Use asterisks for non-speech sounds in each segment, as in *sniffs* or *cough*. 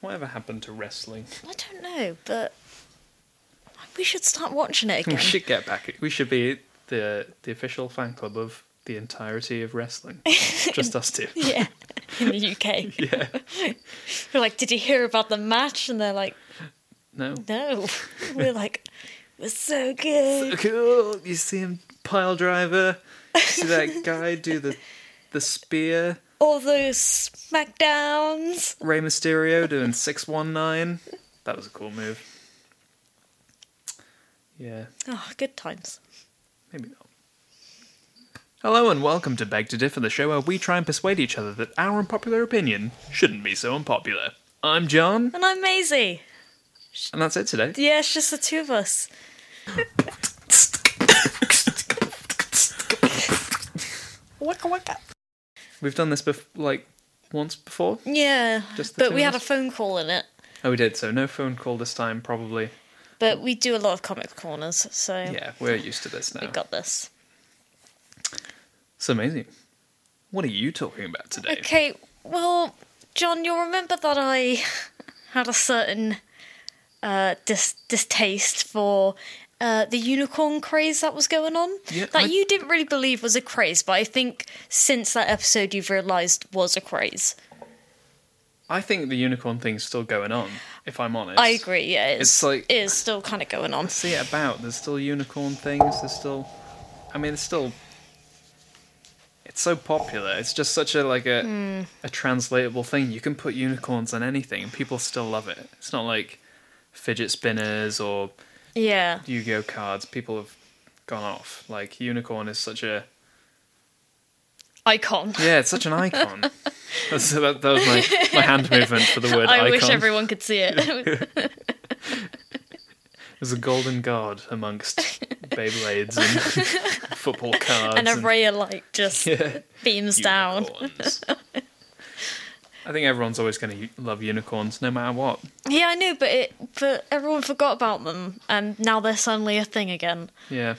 Whatever happened to wrestling? I don't know, but we should start watching *laughs* it We again. should get back. We should be the the official fan club of the entirety of wrestling. Just us two. *laughs* yeah, in the UK. Yeah. We're like, did you hear about the match? And they're like, No. no. We're like, we're so good. Cool. You see him pile driver. You see that guy do the the spear. All those smackdowns. Rey Mysterio doing six one nine. That was a cool move. Yeah. Oh, good times. Maybe not. Hello and welcome to Beg to Differ, the show where we try and persuade each other that our unpopular opinion shouldn't be so unpopular. I'm John, And I'm Maisie. and that's it *laughs* today. Yeah, it's just the two of us. Waka waka. We've done this bef- like once before. Yeah, Just the but two we of had a us? phone call in it. Oh, we did. So no phone call this time, probably. But we do a lot of comic corners, so Yeah, we're used to this we now. got this. It's amazing. What are you talking about today? Okay, well, John, you'll remember that I had a certain uh, dis- distaste for uh, the unicorn craze that was going on. Yeah, that I- you didn't really believe was a craze, but I think since that episode you've realised was a craze. I think the unicorn thing's still going on. If I'm honest, I agree, yeah. It's, it's like- It is still kind of going on. see it about. There's still unicorn things. There's still, I mean, it's still. It's so popular. It's just such a like a Hmm. a translatable thing. You can put unicorns on anything, and people still love it. It's not like fidget spinners or Yeah. Yu-Gi-Oh cards. People have gone off. Like unicorn is such a Icon. yeah, it's such an icon. *laughs* That's, that, that was my, my hand movement for the word I icon. wish everyone could see *laughs* it. There's a golden guard amongst Beyblades *laughs* and football cards and a ray of light *laughs* just yeah. beams down. *laughs* Unicorns. I think everyone's always going to love unicorns, no matter what. Yeah, I know, but it, but everyone forgot about them, and now they're suddenly a thing again. Yeah,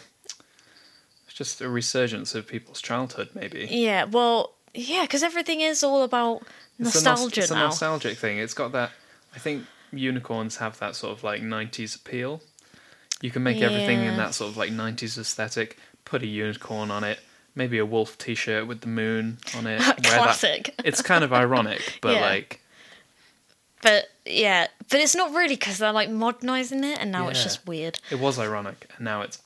it's just a resurgence of people's childhood, maybe. Yeah, well, yeah, because everything is all about It's a nos- nostalgia it's a now. nostalgic thing. It's got that. I think unicorns have that sort of like '90s appeal. You can make everything Yeah. in that sort of like '90s aesthetic. Put a unicorn on it. Maybe a wolf T-shirt with the moon on *laughs* it. wear that- Classic. It's kind of ironic, *laughs* but Yeah. like, But yeah, but it's not really because they're like modernizing it, and now it's Yeah. just weird. *laughs* it was ironic, and now it's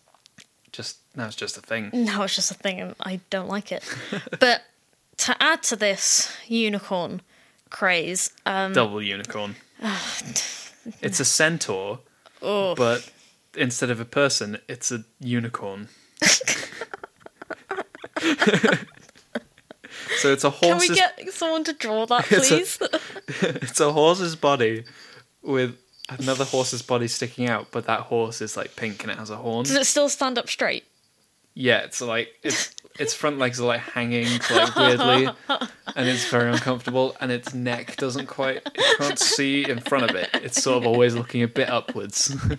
just now it's just a thing. Now it's just a thing, and I don't *laughs* like it. but to add to this unicorn craze, um, double *sighs* unicorn. it's a centaur, oh, but instead of a person, it's a *laughs* unicorn. so it's a can we horse's get someone to draw that, *laughs* It's a- please? it's a horse's body with another horse's body sticking out, but that horse is like pink and it has a horn. Does it still stand up straight? Yeah, it's like it's its front legs are like hanging like weirdly, *laughs* and it's very uncomfortable. And its neck doesn't quite it can't see in front of it. It's sort of always looking a bit upwards. *laughs* and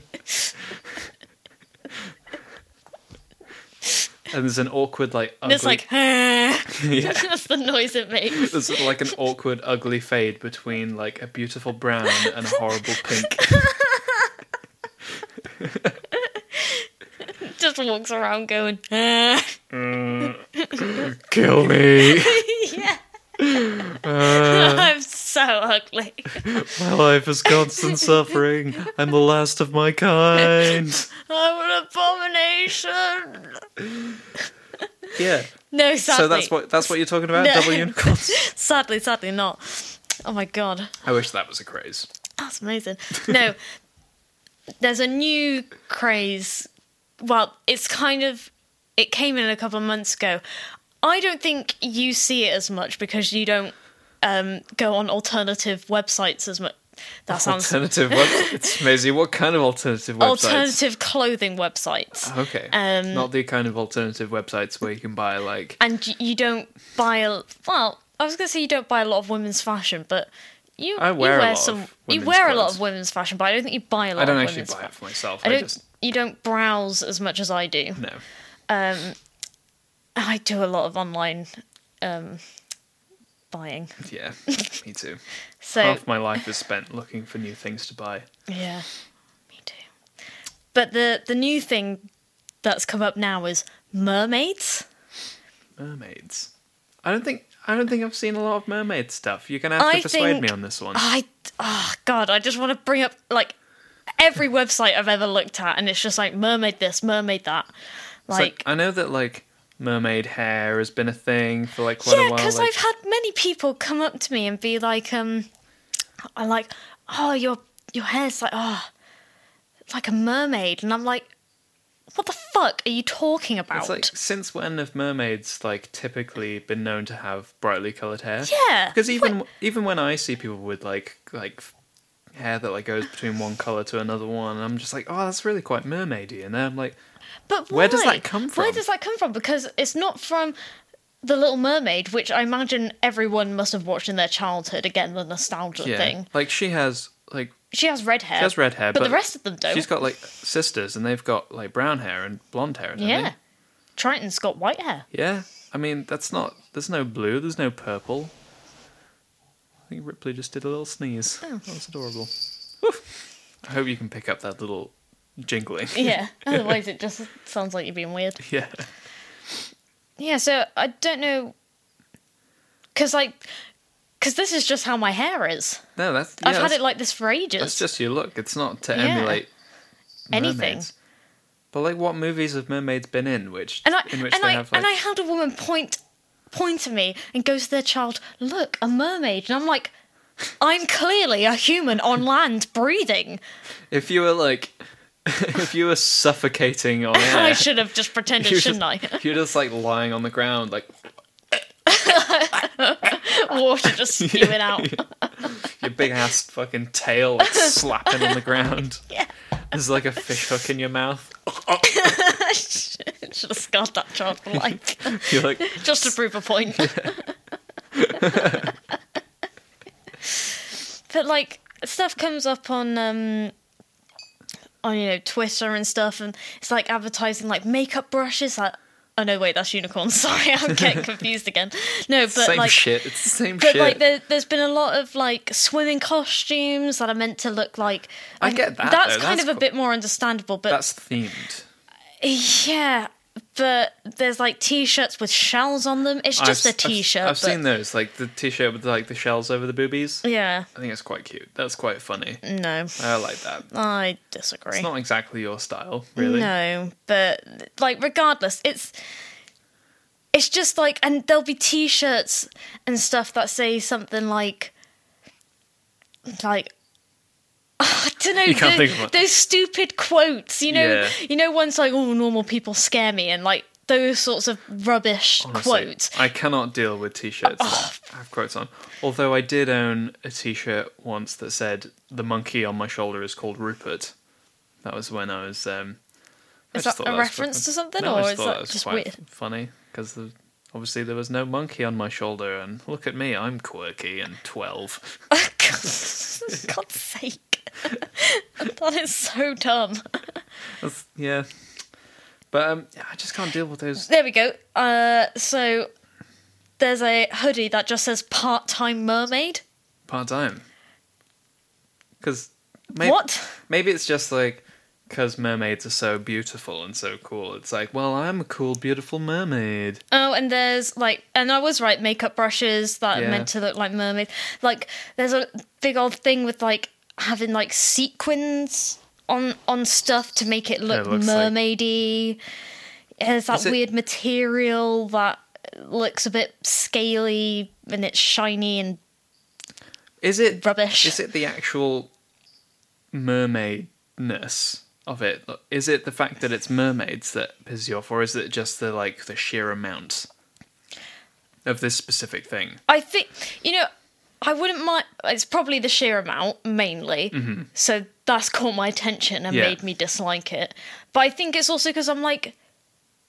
there's an awkward like And ugly. it's like, *laughs* yeah, *laughs* that's the noise it makes. *laughs* *laughs* there's like an awkward ugly fade between like a beautiful brown and a horrible *laughs* pink. just walks around going, Kill me. *laughs* yeah, Uh. *laughs* I'm so ugly. *laughs* My life is constant suffering. I'm the last of my *laughs* kind. I'm an abomination. Yeah. No, sadly, So that's what that's what you're talking about? No. Double unicorns? *laughs* sadly, sadly not. Oh my god, I wish that was a craze. that's amazing. *laughs* No, there's a new craze. Well, it's kind of it came in a couple of months ago. I don't think you see it as much because you don't um, go on alternative websites as much. That sounds Alternative *laughs* websites. Maisie, what kind of alternative websites? alternative clothing websites. okay. Um, Not the kind of alternative websites where you can buy like and y- you don't buy a well i was going to say you don't buy a lot of women's fashion but you, I wear you a wear lot of some you women's wear a lot clothes. of women's fashion but i don't think you buy a lot I don't of actually women's buy fa- it for myself. i I, don't just you don't browse as much as i do no. um i do a lot of online um buying. *laughs* Yeah, me too. So Half my life is spent looking for new things to buy. yeah, me too. But the the new thing that's come up now is mermaids. Mermaids. I don't think I don't think I've seen a lot of mermaid stuff. You're gonna have to I persuade think- me on this one. I oh god, I just want to bring up like every website I've ever looked at, and it's just like mermaid this, mermaid that. It's Like, I know that like mermaid hair has been a thing for like quite Yeah, a while. because like- I've had many people come up to me and be like, um, I like, oh, your your hair's like, oh, it's like a mermaid, and I'm like, what the fuck are you talking about? It's like since when have mermaids like typically been known to have brightly coloured hair? Yeah, Because even even when I see people with like like hair that like goes between one colour to another one, I'm just like, oh, that's really quite mermaidy. And then I'm like, but where does why? that come Where from? does that come from? Because it's not from the Little Mermaid, which I imagine everyone must have watched in their childhood. Again, the nostalgia yeah, thing. like she has like She has red hair. she has red hair, but, the rest of them don't. She's got like sisters, and they've got like brown hair and blonde hair. Don't yeah, They? Triton's got white hair. Yeah, I mean that's not. There's no blue. There's no purple. I think Ripley just did a little sneeze. Oh. That was adorable. Woof. I hope you can pick up that little jingling. Yeah, otherwise it just sounds like you're being weird. *laughs* yeah. Yeah, so I don't know, because like, because this is just how my hair is. No, that's. yeah, I've had that's- it like this for ages. That's just your look. It's not to Yeah. emulate Anything. mermaids. But like, what movies have mermaids been in? Which and I in which and they I have like and I had a woman point point to me and go to their child, look, a mermaid, and I'm like, I'm clearly a human on land breathing. if you were like *laughs* if you were suffocating *laughs* on air, I should have just pretended, you're shouldn't just, You're just like lying on the ground, like I? *laughs* Water *laughs* just spewing out. your big ass fucking tail *laughs* like, slapping on the ground. Yeah. There's like a fish hook in your mouth. *laughs* should have scarred that child for life, *laughs* You're like, just to prove a point. *laughs* but like stuff comes up on um on you know Twitter and stuff, and it's like advertising like makeup brushes. Like, oh no, wait, that's unicorns. *laughs* Sorry, I'm getting confused again. No, but same like. shit. It's the same But shit. like, there, there's been a lot of like swimming costumes that are meant to look like. I get that, That's though. kind That's of a cool. bit more understandable, but That's themed. yeah. But there's like t-shirts with shells on them. It's just I've- a t-shirt. I've, I've but- seen those, like the t-shirt with like the shells over the boobies. Yeah. I think it's quite cute. That's quite funny. No, I like that. I disagree. It's not exactly your style, really. No, but like regardless, it's it's just like and there'll be t-shirts and stuff that say something like like *laughs* I don't know You can't tho- think of one. those stupid quotes, you know, Yeah. you know ones like oh normal people scare me and like those sorts of rubbish Honestly, quotes. I cannot deal with t-shirts. that have quotes on. Although I did own a t-shirt once that said "The monkey on my shoulder is called Rupert." That was when I was. Um, I Is just that thought a was reference quite- to something, No, I or just is thought that was just quite weird? Funny because the, obviously there was no monkey on my shoulder, and look at me, I'm quirky and twelve. *laughs* *laughs* God's sake, that is so dumb. That's, yeah, but um, yeah, I just can't deal with those. There we go. Uh, so there's a hoodie that just says part time mermaid. part time. Because maybe, What? Maybe it's just like because mermaids are so beautiful and so cool. It's like, well, I'm a cool, beautiful mermaid. Oh, and there's like, and I was right, makeup brushes that Yeah. are meant to look like mermaids. Like, there's a big old thing with like having like sequins on on stuff to make it look it looks like- mermaidy. There's that Is it- weird material that looks a bit scaly and it's shiny and Is it Rubbish. Is it the actual mermaidness of it? Is it the fact that it's mermaids that pisses you off, or is it just the like the sheer amount of this specific thing? I think you know. I wouldn't mind. It's probably the sheer amount mainly. So that's caught my attention and Mm-hmm. Yeah. made me dislike it. But I think it's also because I'm like,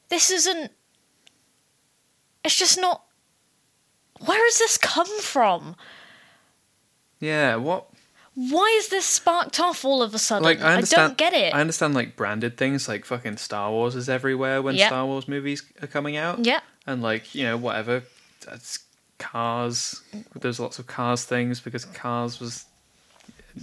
this isn't. It's just not. Where has this come from? Yeah. What Why is this sparked off all of a sudden? like I understand. don't get it. I understand like branded things like fucking Star Wars is everywhere when Yeah. Star Wars movies are coming out. Yeah. and like you know whatever that's cars. There's lots of cars things because cars was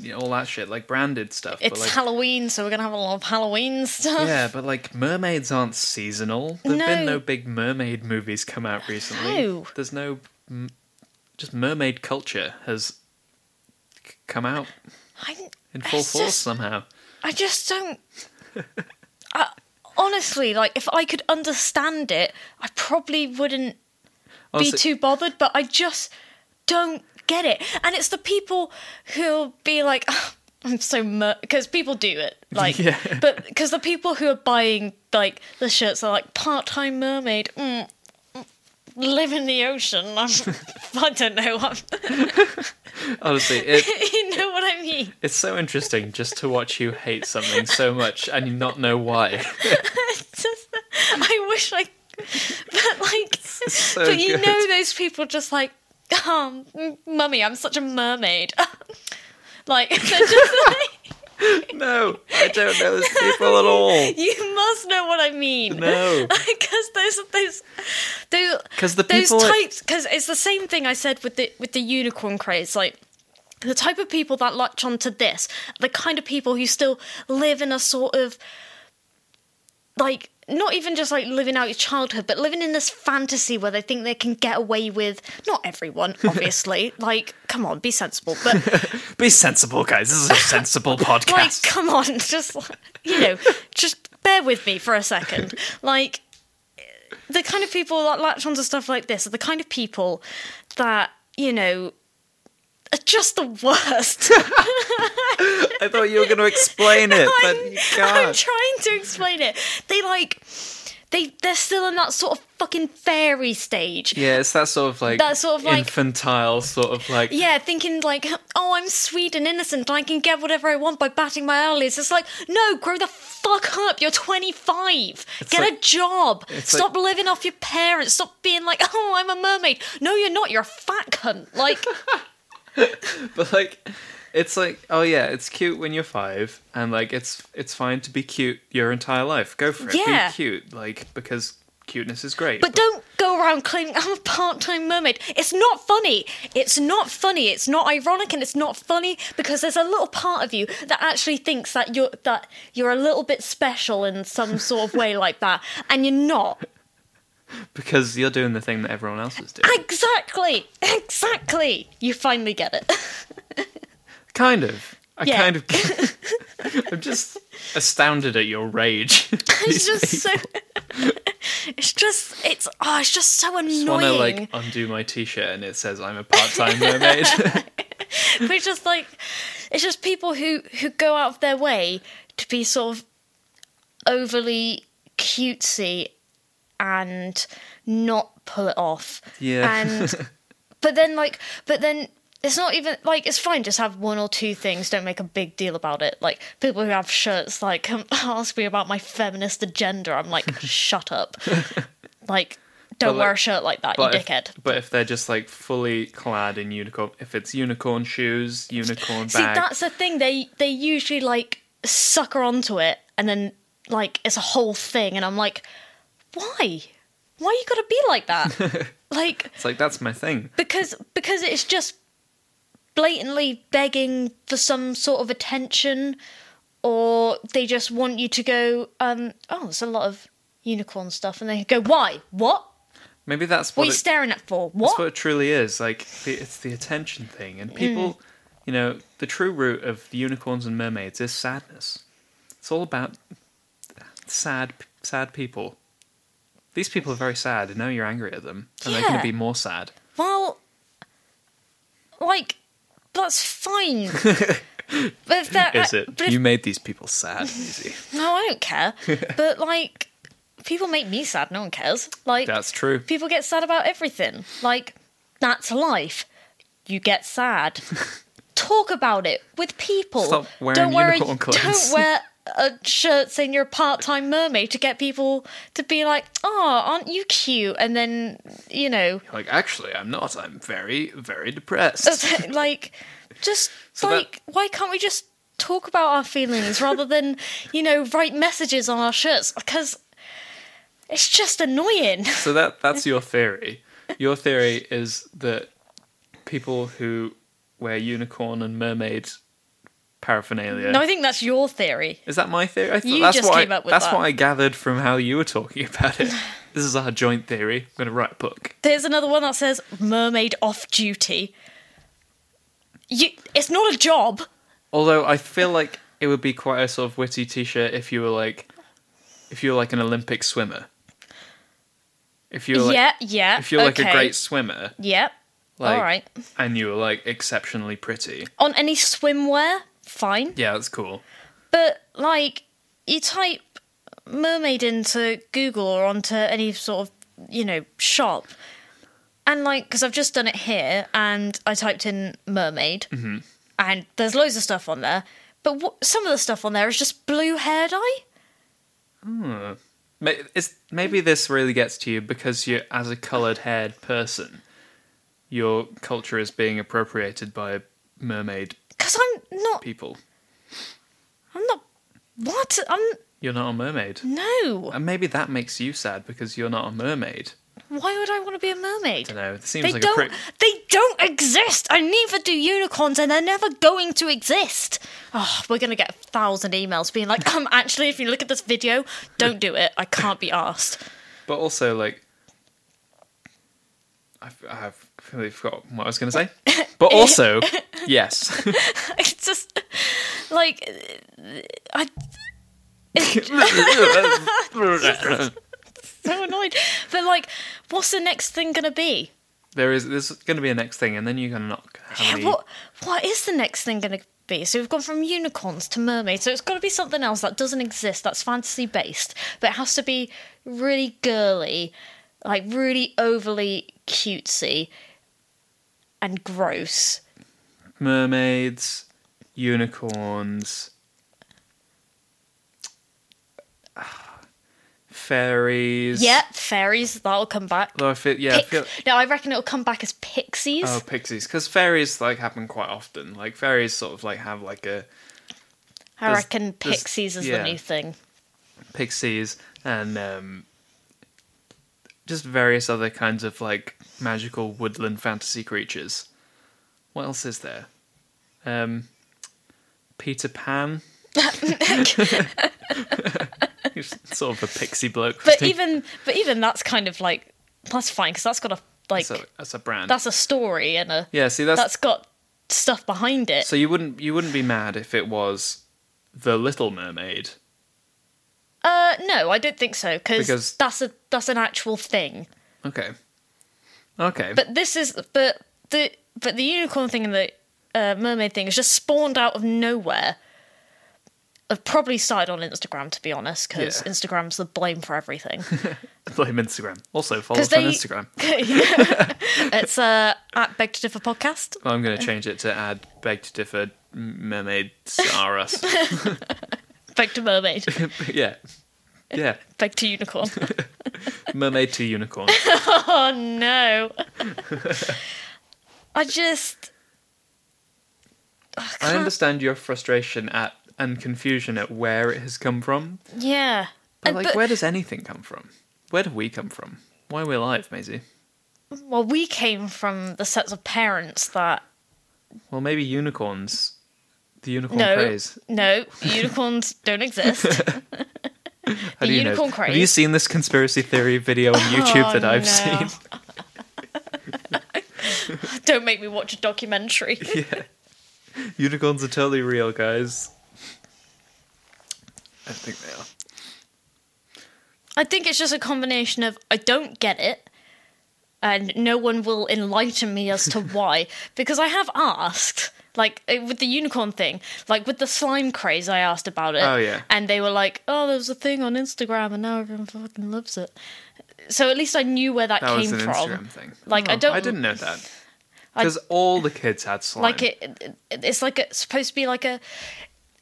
you know, all that shit, like branded stuff. It's like, Halloween, so we're gonna have a lot of Halloween stuff. yeah, but like mermaids aren't seasonal. There've been No. no big mermaid movies come out recently. No. There's no m- just mermaid culture has c- come out *laughs* I, in full it's force just- somehow. I just don't. *laughs* I, honestly, like if I could understand it, I probably wouldn't be Honestly, too bothered. But I just don't get it, and it's the people who'll be like, "Oh, "I'm so," because people do it, *laughs* like, Yeah. but because the people who are buying like the shirts are like part-time mermaid. Mm, mm, Live in the ocean. *laughs* I'm, I don't know. I'm, *laughs* honestly, it, you know what I mean? it's so interesting just to watch you hate something so much and you not know *laughs* why. *laughs* just, I wish I, but *laughs* like, so but you good. know those people just like, *laughs* um, mummy, I'm such a mermaid. *laughs* like, *laughs* they're just like, no, I don't know those people at all. *laughs* *laughs* you must know what I mean. *laughs* No. because those those those 'Cause the those people that- types because it's the same thing I said with the with the unicorn craze like. The type of people that latch onto this, the kind of people who still live in a sort of like not even just like living out your childhood, but living in this fantasy where they think they can get away with not *laughs* everyone, obviously. like, come on, be sensible. But Be sensible, guys. This is a *laughs* sensible like podcast. come on *laughs* just you know just bear with me for a second like the kind of people that latch onto stuff like this are the kind of people that you know are just the worst I thought you were going to *laughs* explain it, but I'm- you I'm can't. trying to explain it they like they they're still in that sort of fucking fairy stage Yeah, it's that sort of like That sort of, like- infantile sort of like Yeah, thinking like, oh, I'm sweet and innocent, I can get whatever I want by batting my eyelids. It's like, no, grow the fuck up. You're 25. get a like- job. it's Stop living off your parents. Stop being like, oh, I'm a mermaid. No, you're not. You're a fat *laughs* cunt. Like, *laughs* but like it's like oh yeah, it's cute when you're 5 and like it's it's fine to be cute your entire life. Go for it. Yeah. Be cute like because cuteness is great. but don't go around claiming I'm a part-time mermaid. It's not funny. It's not funny. It's not ironic, and it's not funny because there's a little part of you that actually thinks that you're that you're a little bit special in some sort of way like that, and you're not. because you're doing the thing that everyone else is doing. Exactly, exactly. You finally get it. *laughs* Kind of. I Yeah. *laughs* kind of *laughs* I'm just astounded at your rage. *laughs* It's just so. *laughs* It's just it's oh it's just so I want to annoying. like undo my t-shirt and it says I'm a part-time mermaid. *laughs* We're just like it's just people who who go out of their way to be sort of overly cutesy and not pull it off. Yeah. *laughs* And but then like but then it's not even like it's fine just have one or two things don't make a big deal about it like people who have shirts like come *laughs* ask me about my feminist agenda *laughs* i'm like shut up like don't But, wear like- a shirt like that you But if- dickhead but if they're just like fully clad in unicorn, if it's unicorn shoes, unicorn See, bag, that's the thing. They they usually like sucker onto it, and then like it's a whole thing. And I'm like, why? Why you gotta be like that? like it's like that's my thing. because because it's just blatantly begging for some sort of attention, or they just want you to go. um Oh, there's a lot of unicorn stuff, and they go, why? What? Maybe that's What what, are you it, staring at for? that's What? Mm. what it truly is. Like the, it's the attention thing, and people, you know, the true root of unicorns and mermaids is sadness. It's all about sad, sad people. These people are very sad, and now you're angry at them, and they're going Yeah. to be more sad. Well, like, that's *laughs* fine. but if that, Is it? But if, You made these people sad, Izzy. no, I *laughs* don't care. but like, people make me sad. No one cares. Like, That's true. people get sad about everything. Like, that's life. You get sad. *laughs* Talk about it with people. Stop wearing don't wear a- unicorn clothes. Don't wear a shirt saying you're a part-time mermaid to get people to be like, "Oh, aren't you cute?" And then you know. Like, actually, I'm not. I'm very, very depressed. It's like just *laughs* So that- like why can't we just talk about our feelings rather than you know write messages on our shirts because it's just annoying *laughs* So that that's your theory. Your theory is that people who wear unicorn and mermaid paraphernalia. No, I think that's your theory. Is that my theory? I thought You that's just what came I, up with That's that. what I gathered from how you were talking about *laughs* it. this is our joint theory. I'm going to write a book. There's another one that says mermaid off duty. You, it's not a job. Although I feel like it would be quite a sort of witty T-shirt if you were like, if you were like an Olympic swimmer. If you're like, yeah, yeah. if you're like okay. a great swimmer, Yep. like, All right. and you were like exceptionally pretty, On any swimwear, fine. yeah, that's cool. But like, you type mermaid into Google or onto any sort of you know shop, and like, because I've just done it here, and I typed in mermaid, and there's loads of stuff on there. But what, some of the stuff on there is just blue hair dye. May- It's, maybe this really gets to you because you, as a coloured-haired person, your culture is being appropriated by mermaid Because I'm not. people. I'm not. What? I'm You're not a mermaid. no. And maybe that makes you sad because you're not a mermaid. Why would I want to be a mermaid? I don't know. It seems They like don't. a prick. They don't exist. I neither do unicorns, and they're never going to exist. Oh, we're gonna get a thousand emails being like, um, actually, if you look at this video, don't do it. I can't be asked. *laughs* But also, like, I've, I've really forgot what I was going *laughs* to say. But also, yes. *laughs* It's just like uh, I so annoyed. *laughs* But like, what's the next thing gonna be? there is. There's going to be a next thing, and then you're going to not have any. Yeah, what what is the next thing gonna be? So we've gone from unicorns to mermaids, so it's got to be something else that doesn't exist, that's fantasy based, but it has to be really girly, like really overly cutesy and gross. mermaids, unicorns, *sighs* fairies. Yeah, fairies that'll come back. Although I feel, yeah, I Pic- feel, no, I reckon it'll come back as pixies. Oh, pixies, because fairies like happen quite often. Like fairies sort of like have like a I there's- reckon there's- pixies is yeah. the *laughs* new thing. *laughs* pixies and um, just various other kinds of like magical woodland fantasy creatures. What else is there? Um, Peter Pan. *laughs* He's sort of a pixie bloke. But even but even that's kind of like that's fine because that's got a like that's a, that's a brand. that's a story and a yeah, see, that's, that's got stuff behind it. so you wouldn't you wouldn't be mad if it was the Little Mermaid. Uh, no, I don't think so because Because- that's a that's an actual thing. Okay, okay, But this is but the but the unicorn thing and the uh, mermaid thing is just spawned out of nowhere. I've probably started on Instagram to be honest because Yeah. Instagram's the blame for everything. *laughs* *laughs* blame Instagram. Also follow 'Cause us on they- Instagram. it's uh, at Beg to Differ podcast. Well, *laughs* I'm going to change it to add beg to differ m- mermaids are *laughs* us. Beg *laughs* to mermaid. yeah. Yeah. Beg to unicorn. *laughs* Mermaid to unicorn. oh no! *laughs* I just I understand your frustration at and confusion at where it has come from. yeah. But And- like but- where does anything come from? Where do we come from? Why are we alive, Maisie? well, we came from the sets of parents that Well, maybe unicorns. The unicorn No, craze. no, unicorns *laughs* *laughs* don't exist. How do you unicorn know? Have you craze. seen this conspiracy theory video on YouTube *laughs* Oh, that I've no. seen? *laughs* don't make me watch a documentary. Unicorns are totally real, guys. I don't think they are. I think it's just a combination of I don't get it, and no one will enlighten *laughs* me as to why. because I have asked, like eh, with the unicorn thing, like with the slime craze, I asked about it. Oh, yeah. And they were like, "Oh, there was a thing on Instagram, and now everyone fucking loves it." So at least I knew where that, That came was an from. Instagram thing. Oh. Like, I don't- I didn't know that. I- Because all the kids had slime. like it, it it's like a, supposed to be like a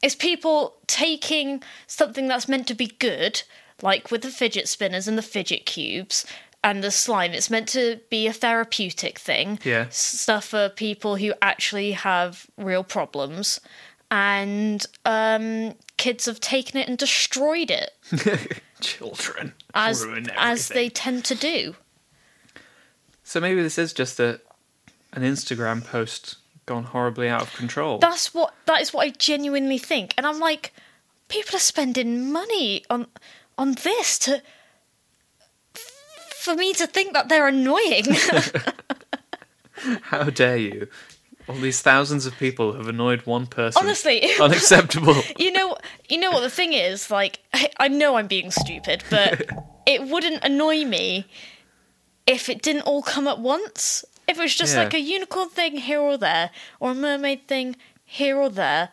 it's people taking something that's meant to be good like with the fidget spinners and the fidget cubes and the slime it's meant to be a therapeutic thing Yeah. s- stuff for people who actually have real problems and um kids have taken it and destroyed it *laughs* Children as ruin as they everything. tend to do So maybe this is just a an Instagram post gone horribly out of control. That's what that is what I genuinely think. And I'm like, people are spending money on on this to for me to think that they're annoying. *laughs* How dare you? All these thousands of people have annoyed one person. Honestly. unacceptable. *laughs* you know you know what the thing is, like I, I know I'm being stupid, *laughs* but it wouldn't annoy me if it didn't all come at once. If it was just Yeah. like a unicorn thing here or there, or a mermaid thing here or there,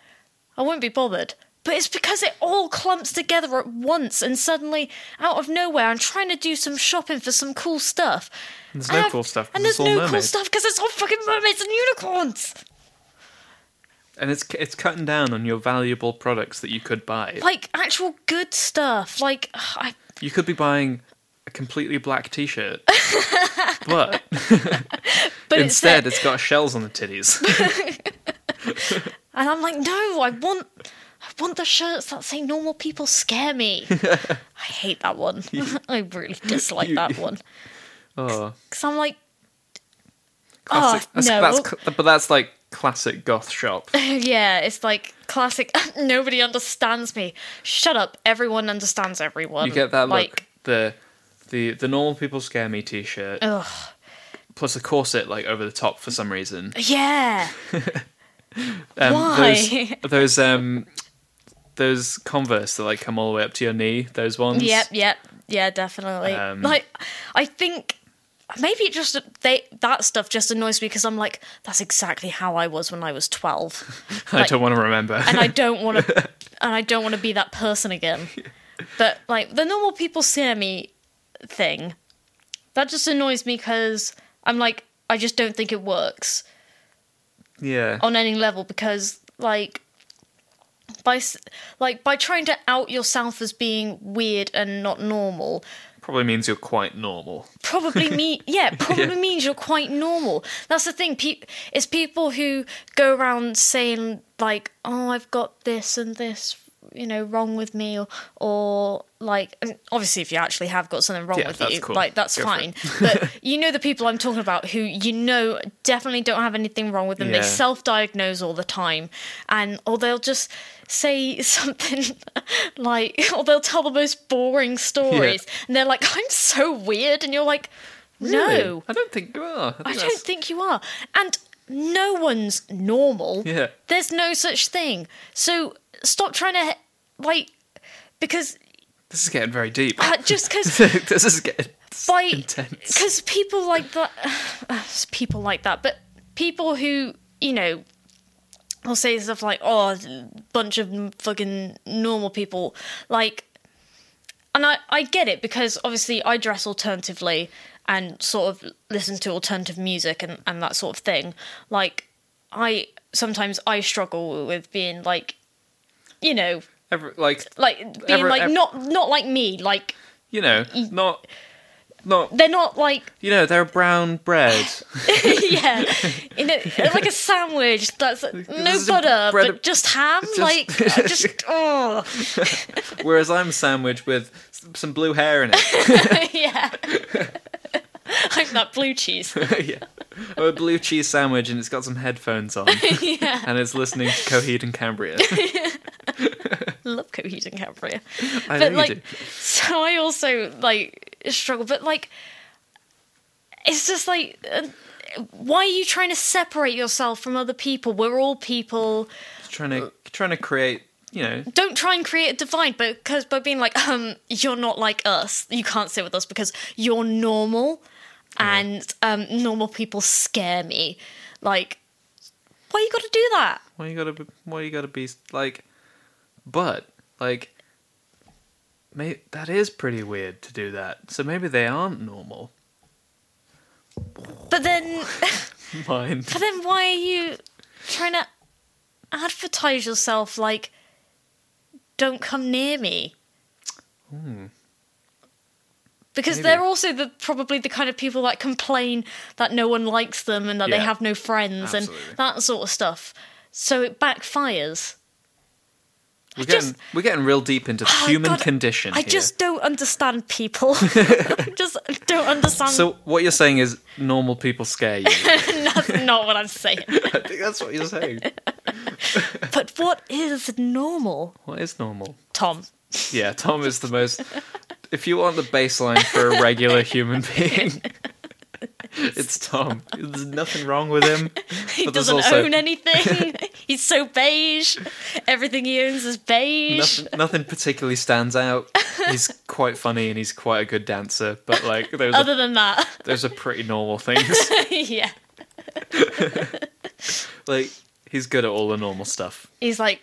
I wouldn't be bothered. But it's because it all clumps together at once, and suddenly, out of nowhere, I'm trying to do some shopping for some cool stuff. There's and no I've- cool stuff 'cause And there's it's all no cool mermaids. stuff because it's all fucking mermaids and unicorns. And it's it's cutting down on your valuable products that you could buy. Like actual good stuff. Like *sighs* I You could be buying a completely black *laughs* t-shirt. but But it's instead that- it's got shells on the *laughs* titties. and I'm like, no, I want, I want the shirts that say "normal people *laughs* scare me." I hate that one. *laughs* I really dislike You- that one oh. because I'm like, Classic. Oh, that's, no. *laughs* that's cl- but that's like classic goth shop. yeah, it's like classic. *laughs* Nobody understands me. Shut up. Everyone understands everyone. You get that look. Like, the the the normal people scare me t-shirt ugh. plus a corset like over the top for some reason. Yeah. Um, Why? Those, those um those Converse that like come all the way up to your knee. Those ones. Yep. Yep. Yeah. Definitely. Um, like, I think. Maybe it just they that stuff just annoys me because I'm like that's exactly how I was when I was twelve. *laughs* I like- don't want to remember. and I don't want to, and I don't want to be that person again. But like the normal people scare me thing, that just annoys me because I'm like I just don't think it works *laughs* yeah. on any level because like by s- like by trying to out yourself as being weird and not normal Probably means you're quite normal. *laughs* probably mean yeah probably means you're quite normal that's the thing pe- it's people who go around saying like oh i've got this and this you know wrong with me or, or like and obviously if you actually have got something wrong Yeah, with that's you cool. like that's Go for fine *laughs* but you know the people i'm talking about who you know definitely don't have anything wrong with them they Yeah. self-diagnose all the time and or they'll just say *laughs* something like *laughs* or they'll tell the most boring stories and they're like i'm so weird and you're like no Really? I don't think you are. I, i think don't that's- think you are and no one's normal Yeah. there's no such thing so stop trying to like because This is getting very deep. uh, just because *laughs* this is getting *laughs* by intense. because people like that *sighs* people like that but people who you know will say stuff like oh bunch of fucking normal people like and I, I get it because obviously I dress alternatively and sort of listen to alternative music and, and that sort of thing. Like I sometimes I struggle with being like you know, Every, like like being Every- like ev- not not like me, like you know, not not they're not like you know, they're brown bread. *laughs* *laughs* yeah, you know, like a sandwich that's no is a butter bread- but just ham. Like *laughs* just oh *laughs* Whereas I'm a sandwich with s- some blue hair in it. *laughs* yeah. I'm that blue cheese. yeah. Or a blue cheese sandwich and it's got some headphones on. *laughs* yeah, And it's listening to Coheed and *laughs* Cambria. love Coheed and Cambria. I but know you like, do. so I also like struggle. But like, it's just like, uh, why are you trying to separate yourself from other people? We're all people. trying to trying to create you know Don't try and create a divide, but because by being like, um, you're not like us. You can't sit with us because you're normal, and um, normal people scare me. Like, why you got to do that? why you gotta be, why you gotta be like but like may, that is pretty weird to do that so maybe they aren't normal *laughs* But then, *laughs* mind but then, why are you trying to advertise yourself like, don't come near me? Because Hmm. Maybe. they're also the probably the kind of people that complain that no one likes them and that they Yeah. have no friends Absolutely. and that sort of stuff. So it backfires. We're just- getting we're getting real deep into the Oh, human God, condition. I here. just don't *laughs* understand people. *laughs* I just don't understand. So what you're saying is normal people scare you. *laughs* That's *laughs* not what I'm saying. I think that's what you're saying. But what is normal, What is normal? Tom? Yeah, Tom is the most. If you want the baseline for a regular human *laughs* being, *laughs* it's Tom. There's nothing wrong with him. He But there's doesn't also- *laughs* own anything. He's so beige. Everything he owns is beige. Nothing, nothing particularly stands out. *laughs* He's quite funny and he's quite a good dancer, but like those are, Other than that, *laughs* those are pretty normal things. yeah. Like he's good at all the normal stuff. He's like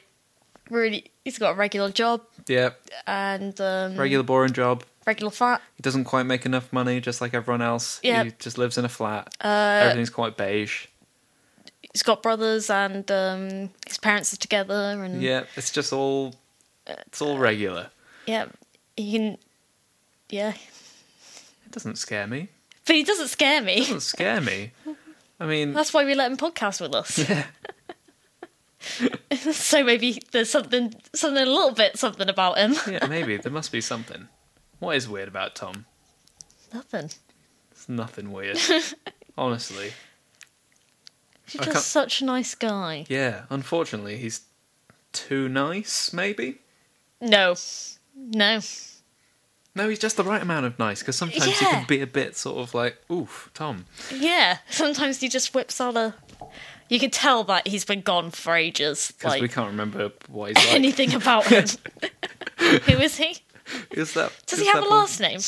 really. He's got a regular job Yeah, and um, regular boring job. regular fat. He doesn't quite make enough money, just like everyone else. Yeah. Uh, He just lives in a flat. Everything's quite beige. He's got brothers and um, his parents are together and Yeah, it's just all. It's Uh, all regular. yeah. He can yeah. It doesn't scare me. But he doesn't scare me. doesn't scare me. I *laughs* mean, That's why we let him podcast with us. *laughs* *laughs* so maybe there's something, something a little bit something about him. yeah, maybe there must be something. What is weird about Tom? Nothing. It's nothing *laughs* weird. Honestly, He's I just can't- such a nice guy. yeah. Unfortunately, he's too nice. Maybe No, no. no, he's just the right amount of nice. Because sometimes he Yeah. can be a bit sort of like, oof, Tom. Yeah, sometimes he just whips out a. You can tell that he's been gone for ages. Because we Like can't remember what *laughs* he's like. anything *laughs* about him. Who is he? is that? *laughs* Does is he have that a one- last name?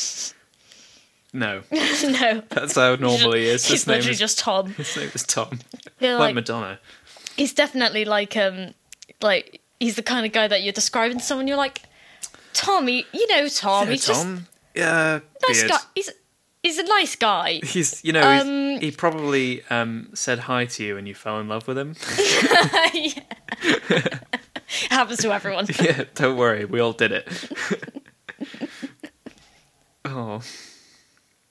No, *laughs* no. that's how it *laughs* normally is. he's His name literally is, *laughs* just Tom. his name is *laughs* Tom. Yeah, like, like- Madonna. he's definitely like um like he's the kind of guy that you're describing to someone you're like Tommy you know Tom Yeah, he's Tom. yeah, just beard. nice guy he's he's a nice *laughs* guy *laughs* He's, you know, he's- Um, he probably um, said hi to you and you fell in love with him. *laughs* Yeah. happens to everyone *laughs* yeah, don't worry, we all did it. *laughs* *laughs* oh,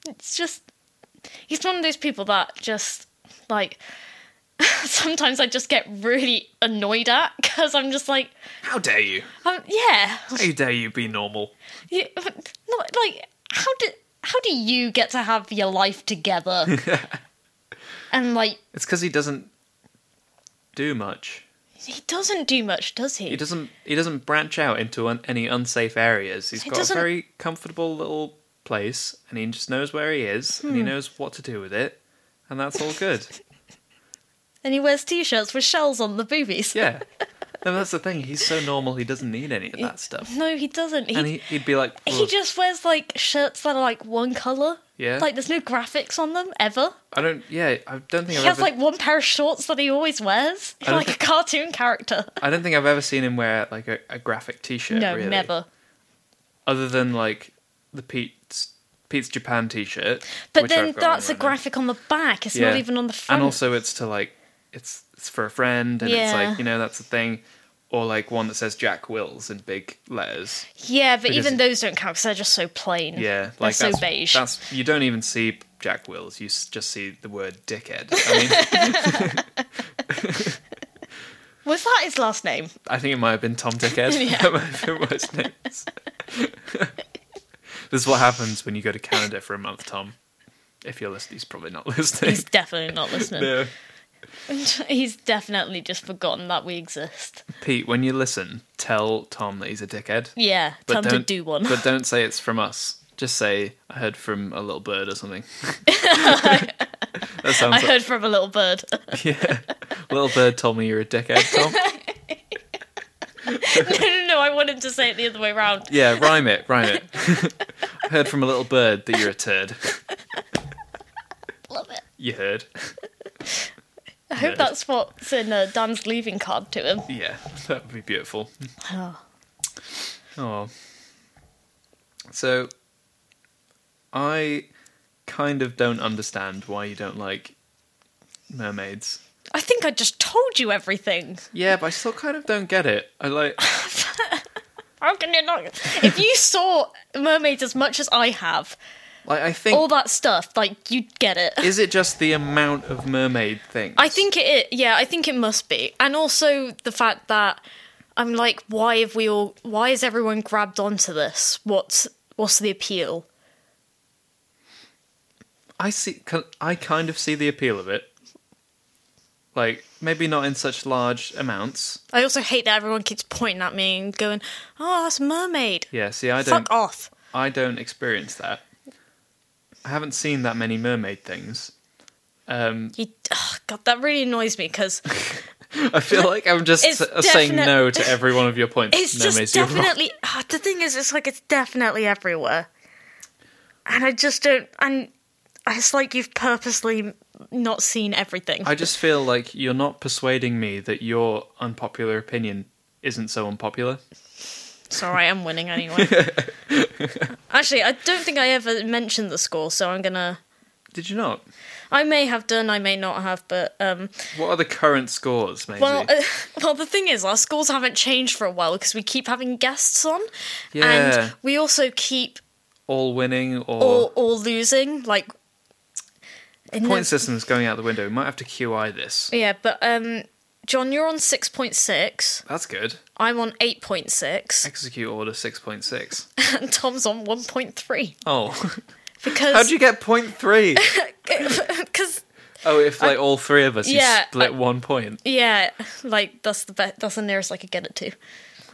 it's just he's one of those people that just like *laughs* sometimes I just get really annoyed at because I'm just like how dare you? um, yeah How dare you be normal? You- not like how do how do you get to have your life *laughs* together and like It's because he doesn't do much. He doesn't do much, does he? He doesn't. He doesn't branch out into un- any unsafe areas. He's He got a doesn't- very comfortable little place, and he just knows where he is, and he Hmm. knows what to do with it, and that's all *laughs* good. and he wears t-shirts with shells on the boobies. yeah. No, that's the thing. He's so normal. He doesn't need any of that stuff. No, he doesn't. and He, he, he'd be like, he "Ugh, just wears like shirts that are like one color. Yeah. Like there's no graphics on them ever. I don't, yeah, I don't think He I've has ever, like one pair of shorts that he always wears. *laughs* He's I don't like think- a cartoon character. *laughs* I don't think I've ever seen him wear like a, a graphic T-shirt. no, really. never. Other than like the Pete's Pete's Japan T-shirt. But which then I've got on that's a right now. graphic on the back. It's Yeah. not even on the front. And also, it's to like, it's it's for a friend, and it's Yeah. like you know that's the thing, or like one that says Jack Wills in big letters. yeah, but because- even those don't count because they're just so plain. Yeah, they're like so that's, beige. That's you don't even see Jack Wills. You s- just see the word dickhead. *laughs* I mean, Was that his last name? I think it might have been Tom Dickhead. *laughs* Yeah. *laughs* That might have been what his name is. *laughs* this is what happens when you go to Canada for a month, Tom. If you're listening, he's probably not *laughs* listening. He's definitely not listening. No. *laughs* He's definitely just forgotten that we exist. Pete, when you listen, tell Tom that he's a dickhead. Yeah, time to do one. But don't say it's from us. Just say I heard from a little bird or something. *laughs* that sounds *laughs* I like heard from a little bird. *laughs* yeah. Little bird told me you're a dickhead, Tom. no, no, no, I wanted to say it the other way around. Yeah, rhyme it, rhyme it. *laughs* I heard from a little bird that you're a turd. *laughs* Love it. You heard. I hope Nerd. that's what's in uh, Dan's leaving card to him. *sighs* Yeah, that would be beautiful. Oh. Oh. So, I kind of don't understand why you don't like mermaids. I think I just told you everything. Yeah, but I still kind of don't get it. I like. How can you not? If you saw mermaids as much as I have, Like, I think. all that stuff, like you'd get it. is it just the amount of mermaid things? I think it, i- Yeah, I think it must be, and also the fact that I'm like, why have we all? Why has everyone grabbed onto this? What's what's the appeal? I see. I kind of see the appeal of it. Like maybe not in such large amounts. I also hate that everyone keeps pointing at me and going, "Oh, that's a mermaid." Yeah. See, I don't. Fuck off. I don't experience that. I haven't seen that many mermaid things. Um, You, ugh, God, that really annoys me because I feel like I'm just It's uh, saying definite- no to every one of your points. it's no, just Maisie, you're wrong. definitely. ah, the thing is, it's like it's definitely everywhere, and I just don't. And it's like you've purposely not seen everything. *laughs* I just feel like you're not persuading me that your unpopular opinion isn't so unpopular. It's all right, I'm *laughs* winning anyway. Actually, I don't think I ever mentioned the score, so I'm gonna. Did you not? I may have done, I may not have, but um, What are the current scores, Maisie? well, uh, *laughs* well, the thing is, our scores haven't changed for a while because we keep having guests on, Yeah. and we also keep all winning or all all losing, like. in the- point system's going out the window. We might have to QI this. yeah, but um, John, you're on six point six. That's good. I'm on eight point six, *laughs* Execute order 6.6. and Tom's on one point three Oh, *laughs* how'd because *laughs* you get point three? because Oh, if like all three of us, you Yeah, split one point. yeah, like that's the be- that's the nearest I could get it to.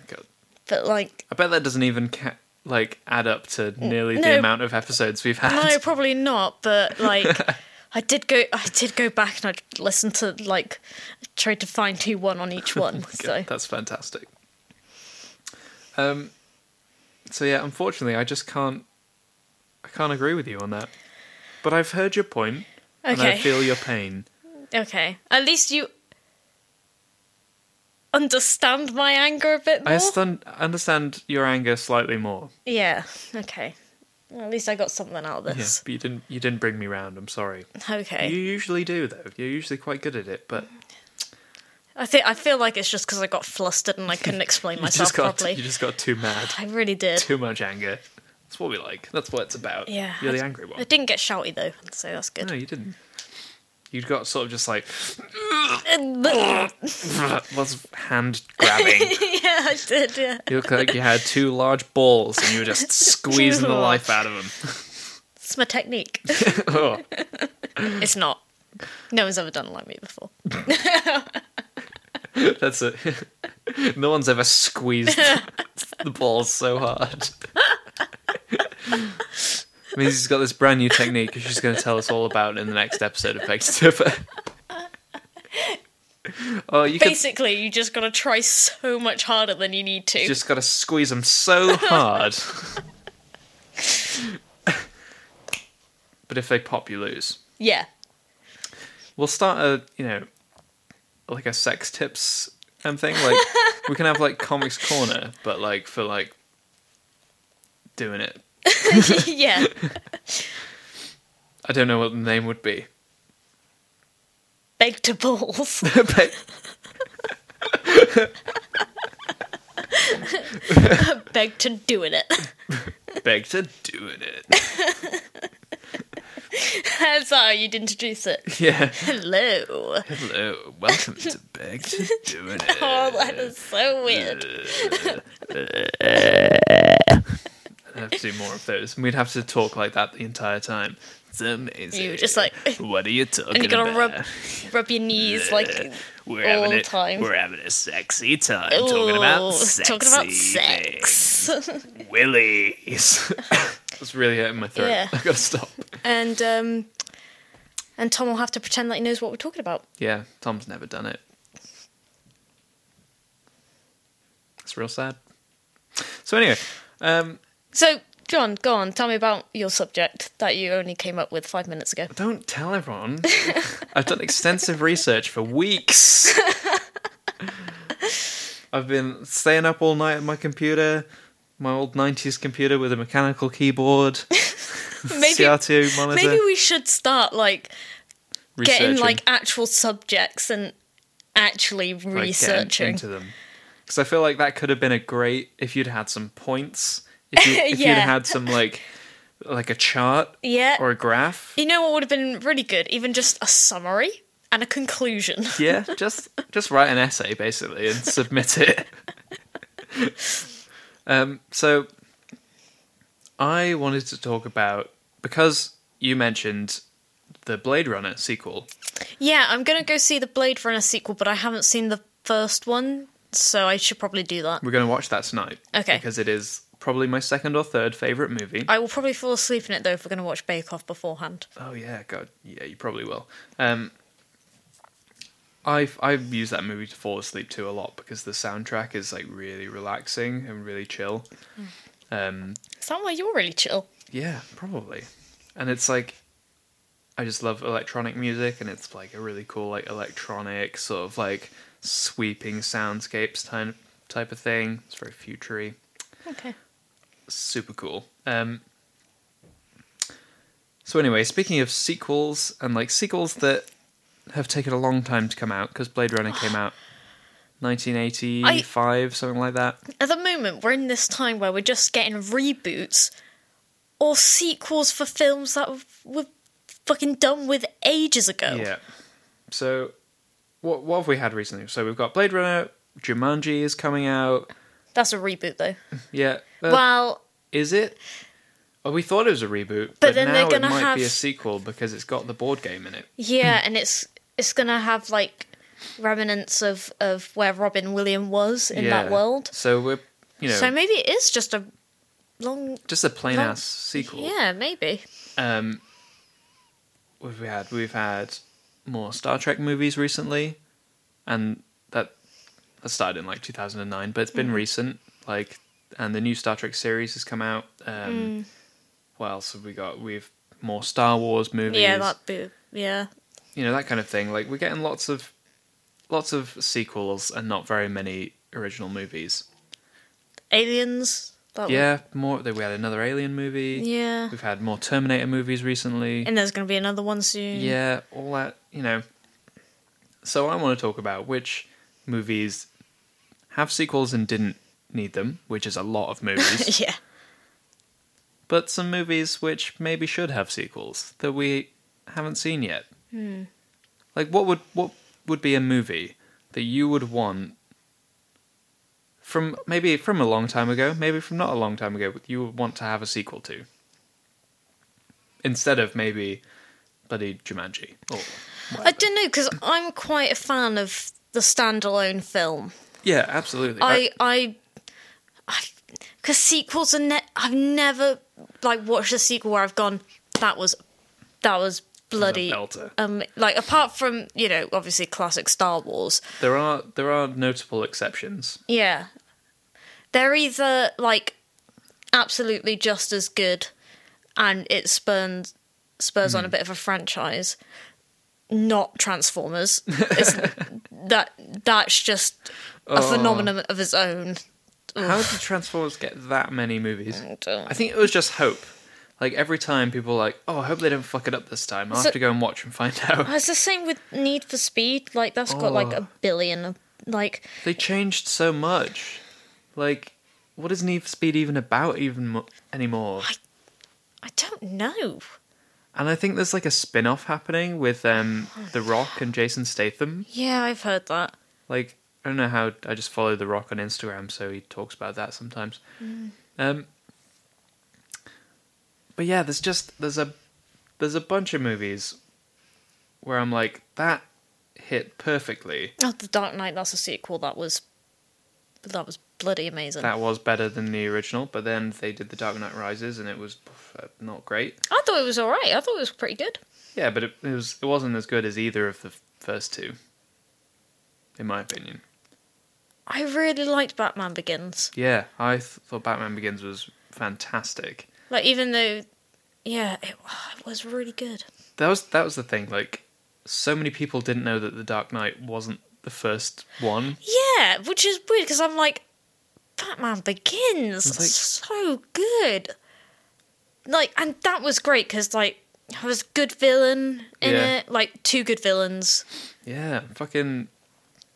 God. But like, I bet that doesn't even ca- like add up to nearly the Mm, no. amount of episodes we've *laughs* had. no, probably not. But *laughs* like, I did go, I did go back and I listened to like, tried to find who won on each *laughs* one. Good, so That's fantastic. Um, so yeah, unfortunately, I just can't. I can't agree with you on that. But I've heard your point, and I Okay. feel your pain. okay, at least you understand my anger a bit more. I stun- understand your anger slightly more. yeah. Okay. Well, at least I got something out of Yeah, this. but you didn't. You didn't bring me round. I'm sorry. Okay. You usually do, though. You're usually quite good at it, but I think I feel like it's just because I got *laughs* flustered and I couldn't explain you myself just got properly. you just got too mad, I really did. too much anger. That's what we like. That's what it's about. Yeah. you're I- the angry one. I didn't get shouty though, so that's good. No, you didn't. You got sort of just like *laughs* yeah, *laughs* was hand grabbing. I did. Yeah. You look like you had two large balls and you were *laughs* just squeezing the life out of It's my *laughs* technique. them. oh, It's not. No one's ever done it like me before. that's it. *laughs* no one's ever squeezed the balls so hard. *laughs* means he's got this brand new technique which she's going to tell us all about in the next episode of Peg Stiffer. oh, you could Basically, you just gotta try so much harder than you need to. just got to squeeze them so hard. *laughs* but if they pop, you lose. *laughs* yeah. *laughs* We'll start a you know, like a sex tips and thing. Like we can have like comics corner, but like for like doing it. yeah. I don't know what the name would be. *laughs* Beg to balls. *laughs* But Beg to doing it. *laughs* beg to doing it. *laughs* That's how you'd introduce it. Yeah. Hello. *laughs* Hello. Welcome to beg to doing Oh, it. that is so weird. I'd have to do more of those, and we'd have to talk like that the entire time. It's amazing. You were just like- what are you talking And you're gonna about? rub rub your knees like we're all having a, the time. We're having a sexy time ooh, talking about sexy talking about sex. things. willies. *laughs* It's really hurting my throat. Yeah. *laughs* I gotta stop. *laughs* and um and Tom will have to pretend that he knows what we're talking about. Yeah, Tom's never done it. It's real sad. So anyway, um, So, John, go on, tell me about your subject that you only came up with five minutes ago. don't tell *laughs* everyone. I've done extensive research for *laughs* weeks. I've been staying up all night at my computer, my old '90s computer with a mechanical keyboard. *laughs* Maybe CRT monitor. maybe we should start like getting researching, like actual subjects and actually like, getting researching. into them. Because I feel like that could have been a great if you'd had some points. If, *laughs* you, if Yeah. you'd had some like like a chart yeah. or a graph. you know what would have been really good? Even just a summary and a conclusion. *laughs* Yeah, just just write an essay basically and submit it. Um, so I wanted to talk about because you mentioned the Blade Runner sequel. Yeah, I'm going to go see the Blade Runner sequel, but I haven't seen the first one, so I should probably do that. We're going to watch that tonight. Okay. Because it is probably my second or third favorite movie. I will probably fall asleep in it, though, if we're going to watch Bake Off beforehand. Oh yeah, God, yeah, you probably will. Um, I've I've used that movie to fall asleep to a lot because the soundtrack is like really relaxing and really chill. Um, Is that why you're really chill? yeah, probably. And it's like, I just love electronic music, and it's like a really cool like electronic sort of like sweeping soundscapes type type of thing. It's very futury. Okay. super cool. Um, so anyway, speaking of sequels and like sequels that have taken a long time to come out because Blade Runner *sighs* came out 1985, something like that. At the moment, we're in this time where we're just getting reboots or sequels for films that were fucking done with ages ago. Yeah. So what what have we had recently? So we've got Blade Runner, Jumanji is coming out. That's a reboot, though. Yeah. Uh, well, is it? Well, we thought it was a reboot, but, then they're now it gonna might be a have- sequel because it's got the board game in it. yeah, hmm. and it's it's gonna have like remnants of of where Robin Williams was in Yeah. that world. So we're you know So maybe it is just a long. just a plain Well, ass sequel. Yeah, maybe. Um, we've had we've had more Star Trek movies recently, and that that started in like 2009, but it's been Mm. recent. Like, and the new Star Trek series has come out. Mm. Um, What else have we got? We've more Star Wars movies. Yeah, that boo. Yeah. you know that kind of thing. Like we're getting lots of lots of sequels and not very many original movies. Aliens. That one. Yeah, more. We had another Alien movie. Oh. Yeah. We've had more Terminator movies recently. And there's gonna be another one soon. Yeah, all that, you know. So I want to talk about which movies have sequels and didn't need them, which is a lot of *laughs* movies, *laughs* yeah. but some movies which maybe should have sequels that we haven't seen yet. Like what would what would be a movie that you would want from maybe from a long time ago, maybe from not a long time ago, but you would want to have a sequel to instead of maybe bloody Jumanji or I don't know because I'm quite a fan of the standalone film. Yeah, absolutely. I I because sequels are ne- I've never like watched a sequel where I've gone that was that was bloody belter. um like apart from you know obviously classic Star Wars there are there are notable exceptions. yeah they're either like absolutely just as good and it spurns spurs on a bit of a franchise not Transformers It's- that that's just a phenomenon of its own. How did Transformers get that many movies? don't- I think it was just hope. Like every time people were like, "Oh, I hope they don't fuck it up this time." I'll So- have to go and watch and find *laughs* out. It's the same with Need for Speed. Like that's got like a billion. Of, like They changed so much. Like, what is Need for Speed even about even mo- anymore? I don't know. And I think there's like a spin-off happening with um, Oh The Rock and Jason Statham. Yeah, I've heard that. Like, I don't know how I just follow The Rock on Instagram, so he talks about that sometimes. Um, but yeah, there's just there's a there's a bunch of movies where I'm like that hit perfectly. Oh, The Dark Knight. That's a sequel. That was that was bloody amazing. That was better than the original, but then they did The Dark Knight Rises and it was uh, not great. I thought it was all right. I thought it was pretty good. Yeah, but it, it was it wasn't as good as either of the f- first two, in my opinion. I really liked Batman Begins. Yeah, I th- thought Batman Begins was fantastic. Like even though, yeah, it, *sighs* it was really good. that was that was the thing. Like, so many people didn't know that the Dark Knight wasn't the first one. Yeah, which is weird because I'm like, Batman Begins, like- so good. Like, and that was great because like there was a good villain in Yeah. it, like two good villains, Yeah, fucking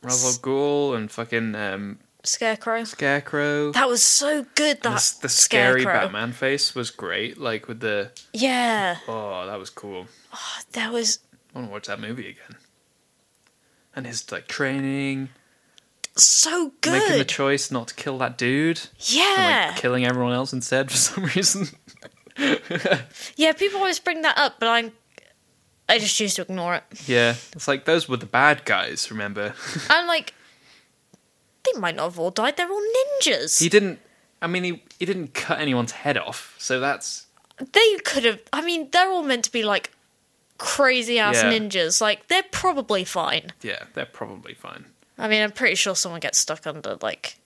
Ra's al Ghul and fucking um, Scarecrow. Scarecrow. That was so good. And the, That s- the scary Scarecrow. Batman face was great. Like with the Yeah, oh, that was cool. that was. I want to watch that movie again. And his like Oh training. so good. Making the choice not to kill that dude and yeah. like killing everyone else instead for *laughs* some reason. yeah, people always bring that up, but I'm I just choose to ignore it. yeah, it's like those were the bad guys. Remember, I'm like they might not have all died, they're all ninjas. he didn't. I mean, he he didn't cut anyone's head off, so that's they could have I mean, they're all meant to be like crazy ass Yeah. ninjas. Like they're probably fine. yeah, they're probably fine. I mean, I'm pretty sure someone gets stuck under like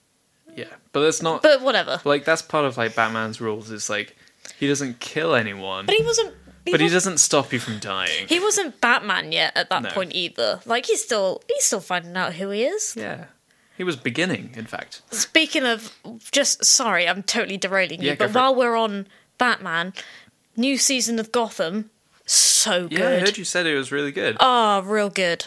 Yeah, but that's not. but whatever. like that's part of like Batman's rules is like he doesn't kill anyone, But he wasn't but he wasn't- doesn't stop you from dying. He wasn't Batman yet at that No. point either. Like he's still he's still finding out who he is. Yeah, he was beginning, in fact. Speaking of just sorry, I'm totally derailing Yeah, you, go but for it. while we're on Batman, new season of Gotham, so Yeah, I good. heard you said it was really good, Oh, real good.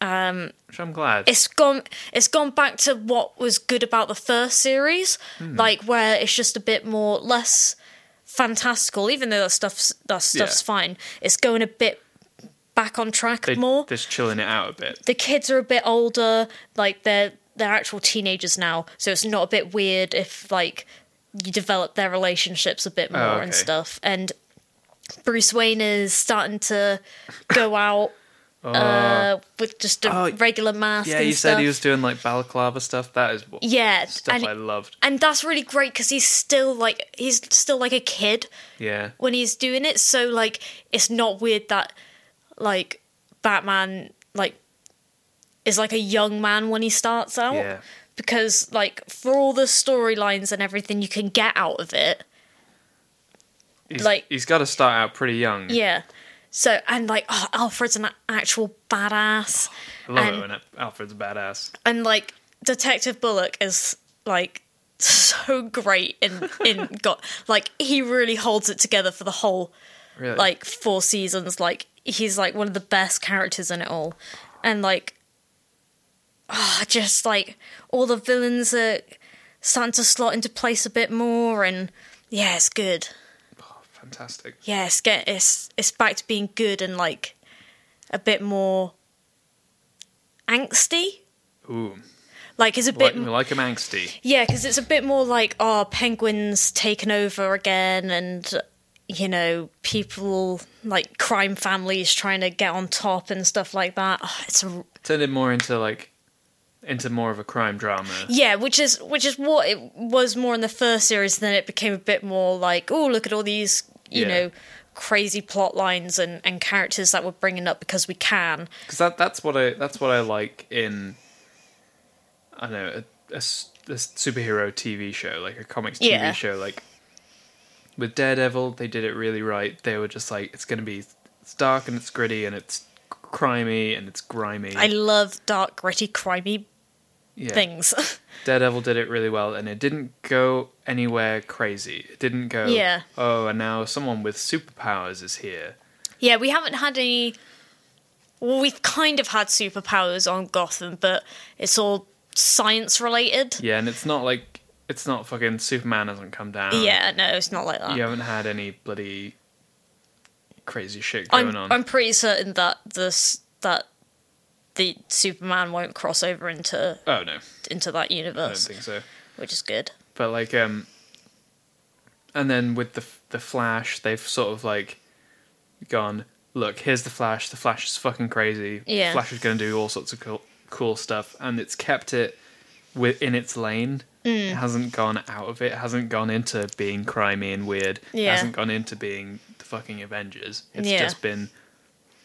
which I'm glad. It's gone it's gone back to what was good about the first series, Hmm. like where it's just a bit more less fantastical, even though that stuff's that stuff's fine. It's going a bit back on track They, more. They're just chilling it out a bit. the kids are a bit older like they're they're actual teenagers now so it's not a bit weird if like you develop their relationships a bit more Oh, okay. and stuff and bruce wayne is starting to go *laughs* out uh, with just a Oh, regular mask Yeah, and you stuff. said he was doing like balaclava stuff. That is what yeah stuff and, I loved. and that's really great because he's still like he's still like a kid Yeah, when he's doing it. So like, it's not weird that like Batman like is like a young man when he starts out Yeah. because like for all the storylines and everything you can get out of it, he's, Like- he's got to start out pretty young. yeah. So and like, oh, Alfred's an actual badass, I love and- it when Alfred's badass. and like Detective Bullock is like so great in in *laughs* got like he really holds it together for the whole Really, like four seasons like he's like one of the best characters in it all and like ah, just like all the villains are starting to slot into place a bit more and yeah it's good Oh, fantastic. yeah it's get it's it's back to being good and like a bit more angsty Ooh, like it's a like, bit like him angsty. Yeah, because it's a bit more like, oh, penguins taken over again, and you know, people like crime families trying to get on top and stuff like that. Oh, it's a, Turned him more into like into more of a crime drama. *laughs* yeah, which is which is what it was more in the first series. Then it became a bit more like, oh, look at all these, you Yeah. know, crazy plot lines and and characters that we're bringing up because we can. because that that's what I that's what I like in I don't know a- a, s- a s- superhero TV show like a comics TV Yeah. show like with Daredevil they did it really right they were just like it's gonna be it's dark and it's gritty and it's crimey and it's grimy I love dark, gritty, crimey yeah. things. *laughs* Daredevil did it really well and it didn't go anywhere crazy it didn't go Yeah. oh and now someone with superpowers is here Yeah, we haven't had any. Well, we've kind of had superpowers on Gotham, but it's all science related. yeah and it's not like it's not fucking Superman hasn't come down Yeah, no, it's not like that. you haven't had any bloody crazy shit going I'm on. I'm pretty certain that this that the Superman won't cross over into oh no, into that I don't universe, think so. which is good. But like, um, and then with the the Flash, they've sort of like gone. Look, here's the Flash. The Flash is fucking crazy. Yeah. Flash is going to do all sorts of cool, cool stuff, and it's kept it within its lane. Mm. It hasn't gone out of it. it Hasn't gone into being crimey and weird. It Yeah. hasn't gone into being the fucking Avengers. It's Yeah. just been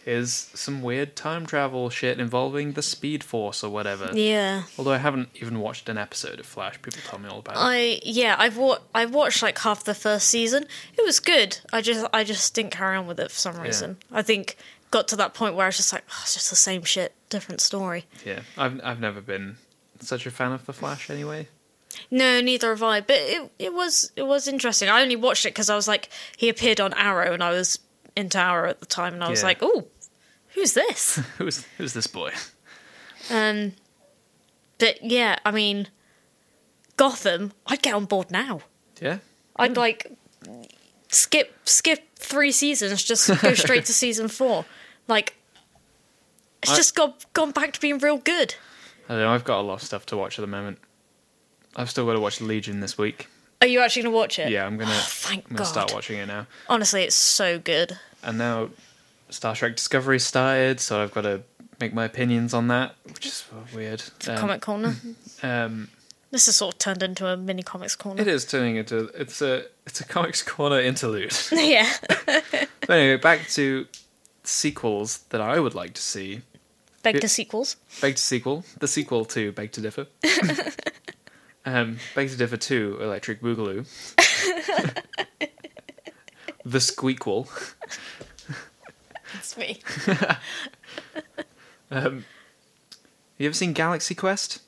here's some weird time travel shit involving the Speed Force or whatever. Yeah, Although I haven't even watched an episode of Flash. People tell me all about it. I yeah I've wa- I watched like half the first season. It was good. I just I just didn't carry on with it for some reason. I think got to that point where I was just like, oh, it's just the same shit, different story. Yeah, I've I've never been such a fan of the Flash anyway. *laughs* No, neither have I. But it it was it was interesting. I only watched it because I was like he appeared on Arrow and I was into Arrow at the time and I was Yeah. like, oh, who's *laughs* this? Who's who's this boy? um, but yeah, I mean, Gotham. I'd get on board now. Yeah, Hmm. I'd like skip skip three seasons, just *laughs* go straight to season four. Like, it's I- just got gone back to being real good. I I don't know. I've got a lot of stuff to watch at the moment. I've still got to watch Legion this week. Are you actually going to watch it? Oh, Yeah, I'm gonna. Thank I'm God. gonna start watching it now. Honestly, it's so good. And now, Star Trek Discovery started, so I've got to make my opinions on that, which is weird. Um, *laughs* Comic Corner. um, This has sort of turned into a mini comics corner. *laughs* it is turning into it's a it's a comics corner interlude. *laughs* yeah. but anyway, back to sequels that I would like to see. Beg Yeah. to sequels. Beg to sequel, the sequel to Beg to *laughs* Differ. um, Beg to Differ two, Electric *laughs* Boogaloo. the Squeakquel. That's me. Um, you ever seen Galaxy Quest?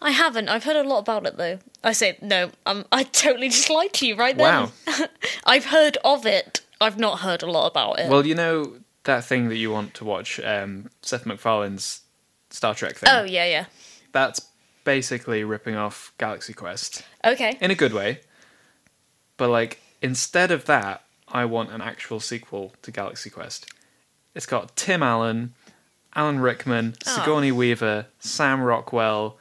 I haven't. I've heard a lot about it though. I say no. Um, I *laughs* totally dislike you right Wow. then. *laughs* I've heard of it. I've not heard a lot about it. Well, you know that thing that you want to watch, um, Seth MacFarlane's Star Trek thing. oh yeah, yeah. That's basically ripping off Galaxy Quest *laughs* Okay. in a good way. But like, instead of that, I want an actual sequel to Galaxy Quest. It's got Tim Allen, Alan Rickman, Oh. Sigourney Weaver, Sam Rockwell,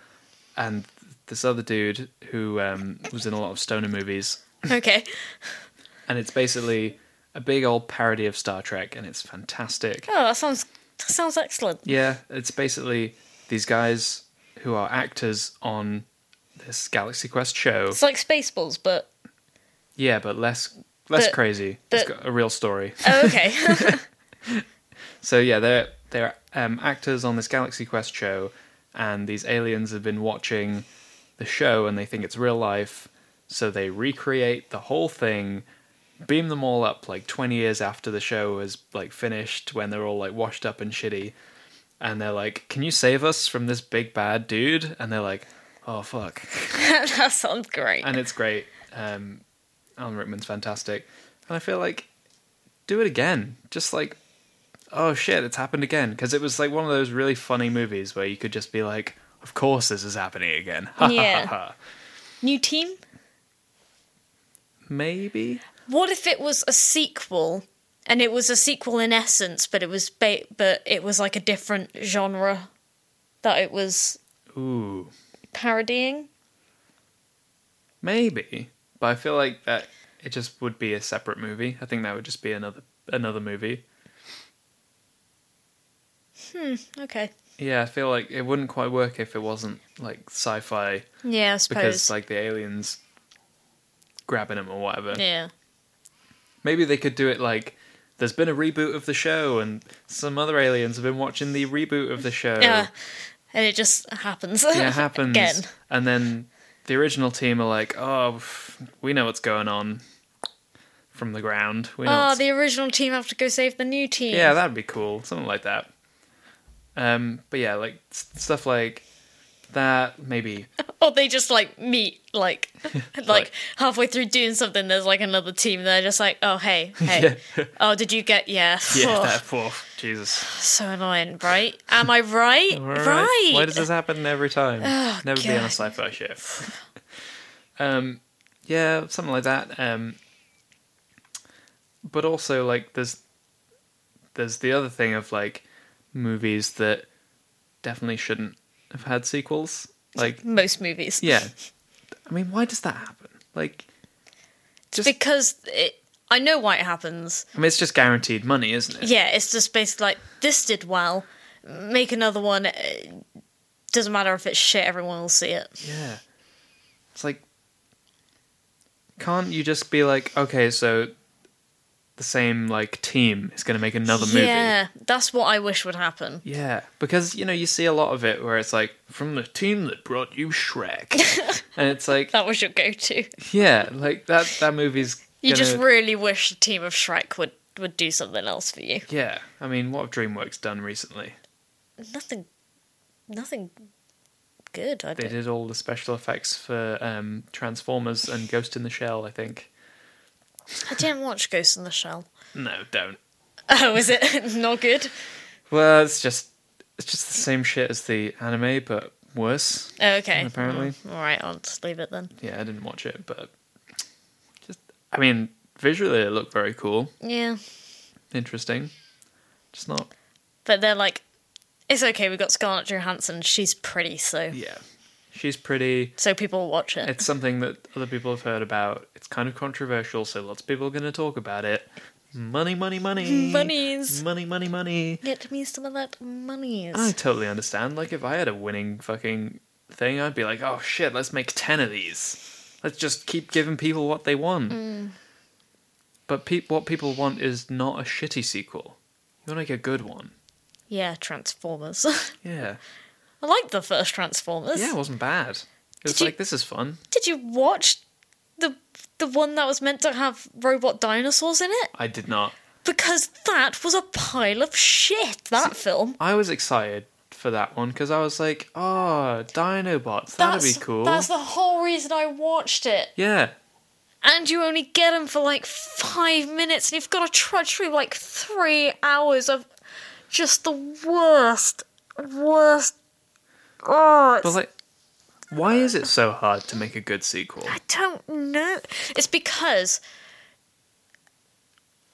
and this other dude who um, was in a lot of stoner movies. okay. and it's basically a big old parody of Star Trek, and it's fantastic. Oh, that sounds that sounds excellent. Yeah, it's basically these guys who are actors on this Galaxy Quest show. It's like Spaceballs, but Yeah, but less less But- crazy. it's but- got a real story. oh, *laughs* okay. *laughs* So yeah, they're they're um, actors on this Galaxy Quest show, and these aliens have been watching the show, and they think it's real life. So they recreate the whole thing, beam them all up like twenty years after the show is like finished, when they're all like washed up and shitty, and they're like, "Can you save us from this big bad dude?" And they're like, "Oh fuck." that sounds great. and it's great. Um, Alan Rickman's fantastic, and I feel like do it again. Just like, oh shit, it's happened again because it was like one of those really funny movies where you could just be like, of course this is happening again. Ha, ha, Yeah. ha, ha. New team. Maybe. What if it was a sequel, and it was a sequel in essence, but it was ba- but it was like a different genre that it was Ooh, parodying? maybe. But I feel like that it just would be a separate movie. I think that would just be another another movie. Okay. Yeah, I feel like it wouldn't quite work if it wasn't like sci-fi Yeah, I suppose. because like the aliens grabbing him or whatever. yeah. Maybe they could do it like there's been a reboot of the show, and some other aliens have been watching the reboot of the show. Yeah. And it just happens. Yeah, it happens. *laughs* Again. And then the original team are like, "Oh, pff, we know what's going on from the ground. We know." Oh, what's-" the original team have to go save the new team. yeah, that'd be cool. Something like that. Um, but yeah, like s- stuff like that. Maybe or they just like meet *laughs* like like halfway through doing something there's like another team they're just like, "Oh, *laughs* hey, hey. Oh, did you get yeah." yeah, Oh, that poor Jesus. *laughs* so annoying, right? Am I right? All right. Why does this happen every time? Oh, Never be on a God. sci-fi show. *laughs* um, yeah, something like that. Um, but also like there's there's the other thing of like movies that definitely shouldn't have had sequels. Like most movies. yeah, I mean, why does that happen? Like, just Because it I know why it happens. I mean, it's just guaranteed money, isn't it? Yeah, it's just basically like this did well, make another one. eh, Doesn't matter if it's shit, everyone will see it. Yeah. It's like can't you just be like, okay, so the same like team is gonna make another movie. Yeah, that's what I wish would happen. Yeah. Because, you know, you see a lot of it where it's like, from the team that brought you *laughs* Shrek and it's like That was your go-to. Yeah, like that that movie's You gonna- just really wish the team of Shrek would would do something else for you. Yeah. I mean what have DreamWorks done recently? Nothing, nothing good. I They don't. did all the special effects for um, Transformers and Ghost in the Shell, I think. I didn't watch Ghost in the Shell. *laughs* No, don't. Oh, is it *laughs* not good? Well, it's just it's just the same shit as the anime, but worse. Oh, okay. Apparently. Mm, all right, I'll just leave it then. Yeah, I didn't watch it, but just I mean, visually it looked very cool, Yeah, interesting. Just not. but they're like, It's okay. We've got Scarlett Johansson. She's pretty, so Yeah. She's pretty. so people will watch it. It's something that other people have heard about. It's kind of controversial, so lots of people are going to talk about it. Money, money, money. Monies. Money, money, money. Get me some of that monies. I totally understand. Like, if I had a winning fucking thing, I'd be like, oh shit, let's make 10 of these. Let's just keep giving people what they want. Mm. But pe- what people want is not a shitty sequel. You want to make a good one. yeah, Transformers. *laughs* Yeah. I liked the first Transformers. Yeah, it wasn't bad. It was Did you- like, this is fun. Did you watch the the one that was meant to have robot dinosaurs in it? I did not. Because that was a pile of shit. That film. I was excited for that one because I was like, oh, Dinobots, that'd that's, be cool. That's the whole reason I watched it. Yeah. And you only get them for like five minutes, and you've got to trudge through like three hours of just the worst, worst. Oh, But it's like, why is it so hard to make a good sequel? I don't know. It's because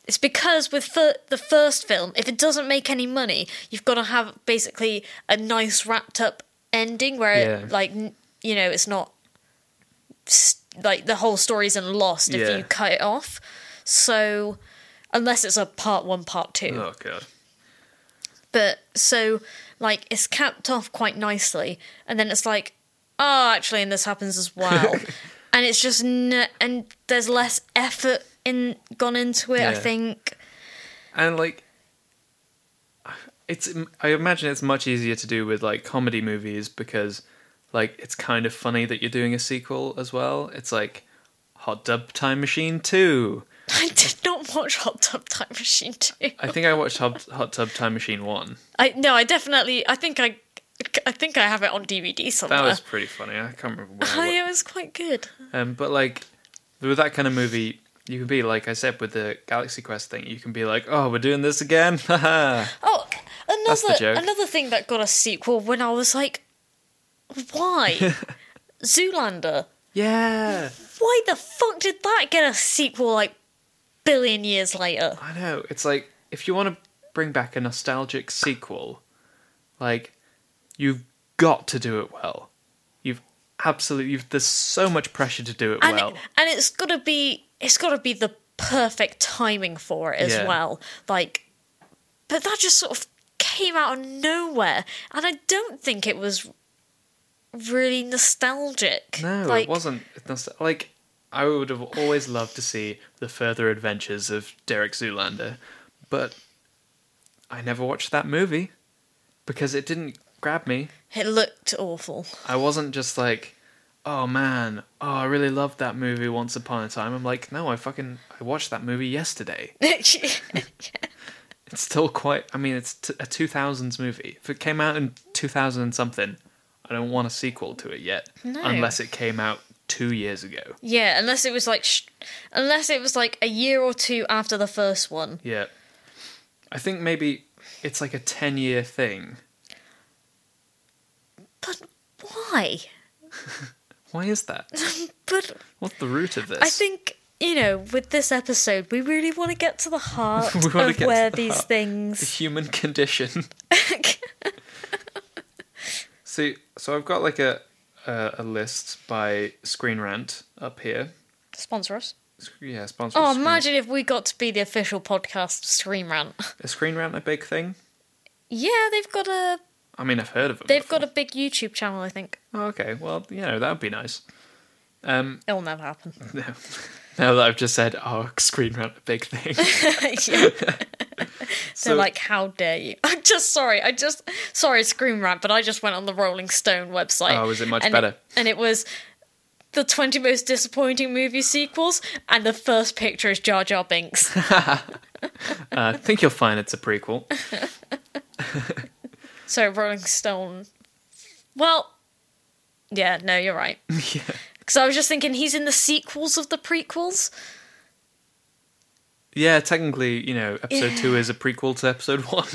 it's because with fir- the first film, if it doesn't make any money, you've got to have basically a nice wrapped up ending where, Yeah. it, like, n- you know, it's not s- like the whole story's in lost Yeah. if you cut it off. So, unless it's a part one, part two, Oh, God. but so like it's capped off quite nicely and then it's like oh actually and this happens *laughs* as well and it's just n- and there's less effort in gone into it i Yeah. think *laughs* and like it's i imagine it's much easier to do with like comedy movies because like it's kind of funny that you're doing a sequel as well it's like hot tub time machine 2 i did not watch hot tub time machine 2 i think i watched hot, hot tub time machine 1 i no i definitely i think i i think i have it on dvd somewhere that was pretty funny i can't remember where Oh, I *laughs* yeah, it was quite good Um, but like with that kind of movie, you can be like I said with the Galaxy Quest thing. You can be like, oh, we're doing this again. *laughs* Haha. oh That's the another joke. another thing that got a sequel when i was like *laughs* why zoolander yeah, why the fuck did that get a sequel like billion years later? I know. It's like if you want to bring back a nostalgic sequel, like you've got to do it well. You've absolutely. You've, there's so much pressure to do it And well. it, and it's gotta be it's gotta be the perfect timing for it as Yeah. well. Like but that just sort of came out of nowhere and I don't think it was really nostalgic. no, like, it wasn't. It's not, like I would have always loved to see the further adventures of Derek Zoolander, but I never watched that movie because it didn't grab me. It looked awful. *laughs* I wasn't just like, oh man, oh I really loved that movie Once Upon a Time. I'm like, no, I fucking I watched that movie yesterday. It's still quite. I mean, it's t- a 2000s movie. If it came out in 2000 and something, I don't want a sequel to it yet, No. unless it came out two years ago. yeah, unless it was like sh- unless it was like a year or two after the first one. Yeah. I think maybe it's like a 10 year thing. But why? Why is that? But What's the root of this? I think you know, with this episode, we really want to *laughs* get to the heart We wanna of get where to the these heart. the things. human *laughs* condition. See, so I've got like a a, a list by Screen Rant up here. Sponsor us. Sc- Yeah, sponsored. Oh, Screen- imagine if we got to be the official podcast of Scream *laughs* Rant. Is Screen Rant a big thing? Yeah, they've got a I mean, I've heard of them. they've got a big YouTube channel. I think Oh, okay, well, you know that would be nice. Um, it'll *laughs* never happen. *laughs* now, now that I've just said, oh, *laughs* Screen Rant a big *laughs* thing. yeah. *laughs* so They're like, how dare you? *laughs* I'm just sorry. I just sorry, Scream Rant, but I just went on the Rolling Stone website. Oh, is it much and better? and it was the 20 most disappointing movie sequels, and the first picture is Jar Jar Binks. I think you'll find it's a prequel. so Rolling Stone. Well, yeah, no, you're right. *laughs* yeah. Because I was just thinking he's in the sequels of the prequels. Yeah, technically, you know, episode two is a prequel to episode *laughs* one.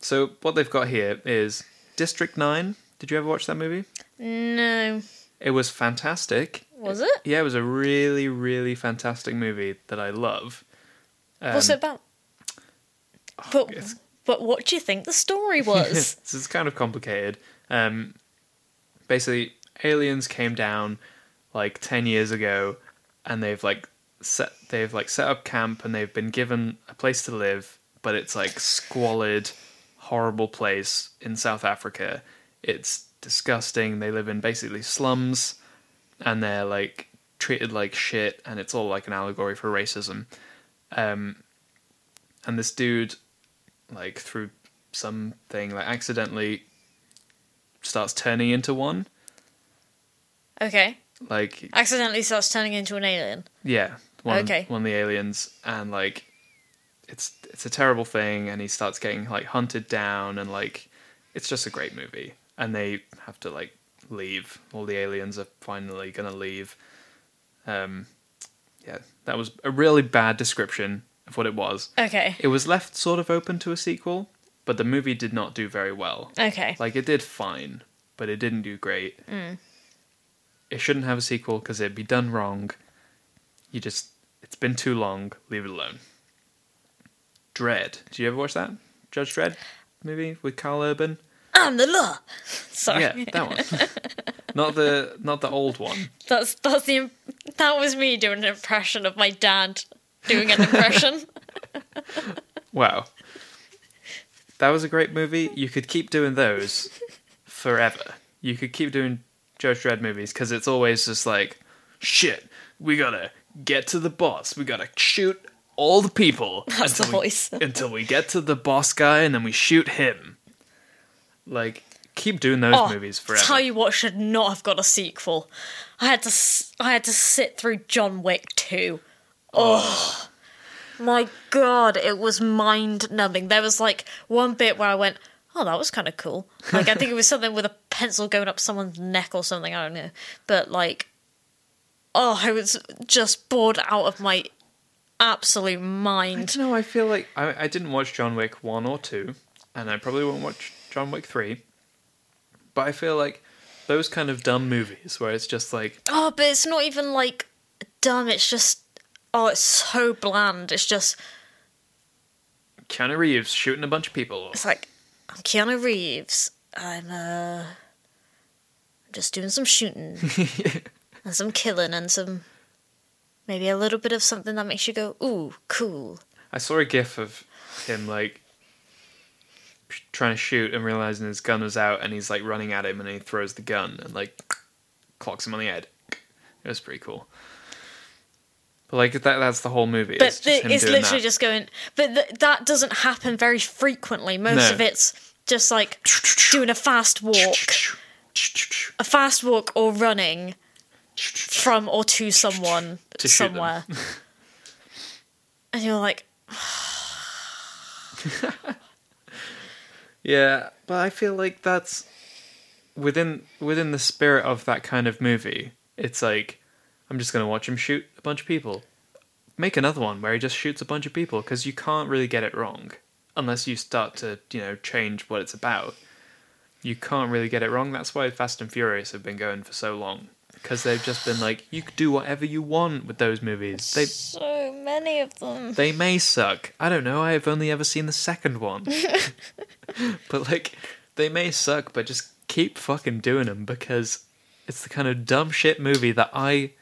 so what they've got here is District Nine. Did you ever watch that movie? No, It was fantastic. was it? Yeah, it was a really, really fantastic movie that I love. Um, oh, What's it about? But it's But what do you think the story *laughs* was? this is kind of complicated. Um, basically, aliens came down like ten years ago, and they've like set they've like set up camp and they've been given a place to live, but it's like squalid, horrible place in South Africa. It's disgusting. They live in basically slums, and they're like treated like shit, and it's all like an allegory for racism. Um, and this dude, like through something, like accidentally starts turning into one. okay. Like Accidentally starts turning into an alien. Yeah, one Okay. one of the aliens, and like, it's it's a terrible thing, and he starts getting like hunted down, and like, it's just a great movie, and they have to like leave. All the aliens are finally gonna leave. Um, yeah, that was a really bad description of what it was. Okay. It was left sort of open to a sequel, but the movie did not do very well. Okay. Like it did fine, but it didn't do great. It shouldn't have a sequel because it'd be done wrong. You just, it's been too long. Leave it alone. Dread. Did you ever watch that Judge Dredd movie with Carl Urban? I'm the law. *laughs* Sorry. Yeah, that one. not the not the old one. That's that's the im- that was me doing an impression of my dad doing *laughs* an impression. Wow. That was a great movie. You could keep doing those forever. You could keep doing Judge Dredd movies because it's always just like, shit, we gotta get to the boss. We gotta shoot all the people. *laughs* That's the we- voice. until we get to the boss guy and then we shoot him. Like, keep doing those oh, movies forever. Tell you what should not have got a sequel. I had to s- I had to sit through John Wick 2. Oh. My god, it was mind numbing. There was like one bit where I went, "Oh, that was kind of cool." Like I think it was something with a pencil going up someone's neck or something, I don't know. But like oh, I was just bored out of my absolute I mind. don't know. I feel like I, I didn't watch John Wick one or two, and I probably won't watch John Wick three. But I feel like those kind of dumb movies where it's just like, Oh, but it's not even like dumb. It's just oh, it's so bland. It's just Keanu Reeves shooting a bunch of people. *laughs* it's like I'm Keanu Reeves. I'm uh, just doing some shooting *laughs* and some killing and some maybe a little bit of something that makes you go ooh cool. *laughs* I saw a gif of him like sh- trying to shoot and realizing his gun was out, and he's like running at him, and he throws the gun and like clocks him on the head. It was pretty cool. But like that—that's the whole movie. But it's it's, just him it's doing literally that. just going. But th- that doesn't happen very frequently. No. Most of it's just like doing a fast walk, *sniffs* a fast walk or running from or to someone To shoot them. *laughs* somewhere. and you're like, Yeah, but I feel like that's within within the spirit of that kind of movie. It's like I'm just going to watch him shoot a bunch of people. Make another one where he just shoots a bunch of people because you can't really get it wrong unless you start to, you know, change what it's about. You can't really get it wrong. That's why Fast and Furious have been going for so long because they've just been like you could do whatever you want with those movies. They so many of them. they may suck. I don't know. I have only ever seen the second one. but like, they may suck, but just keep fucking doing them because it's the kind of dumb shit movie that I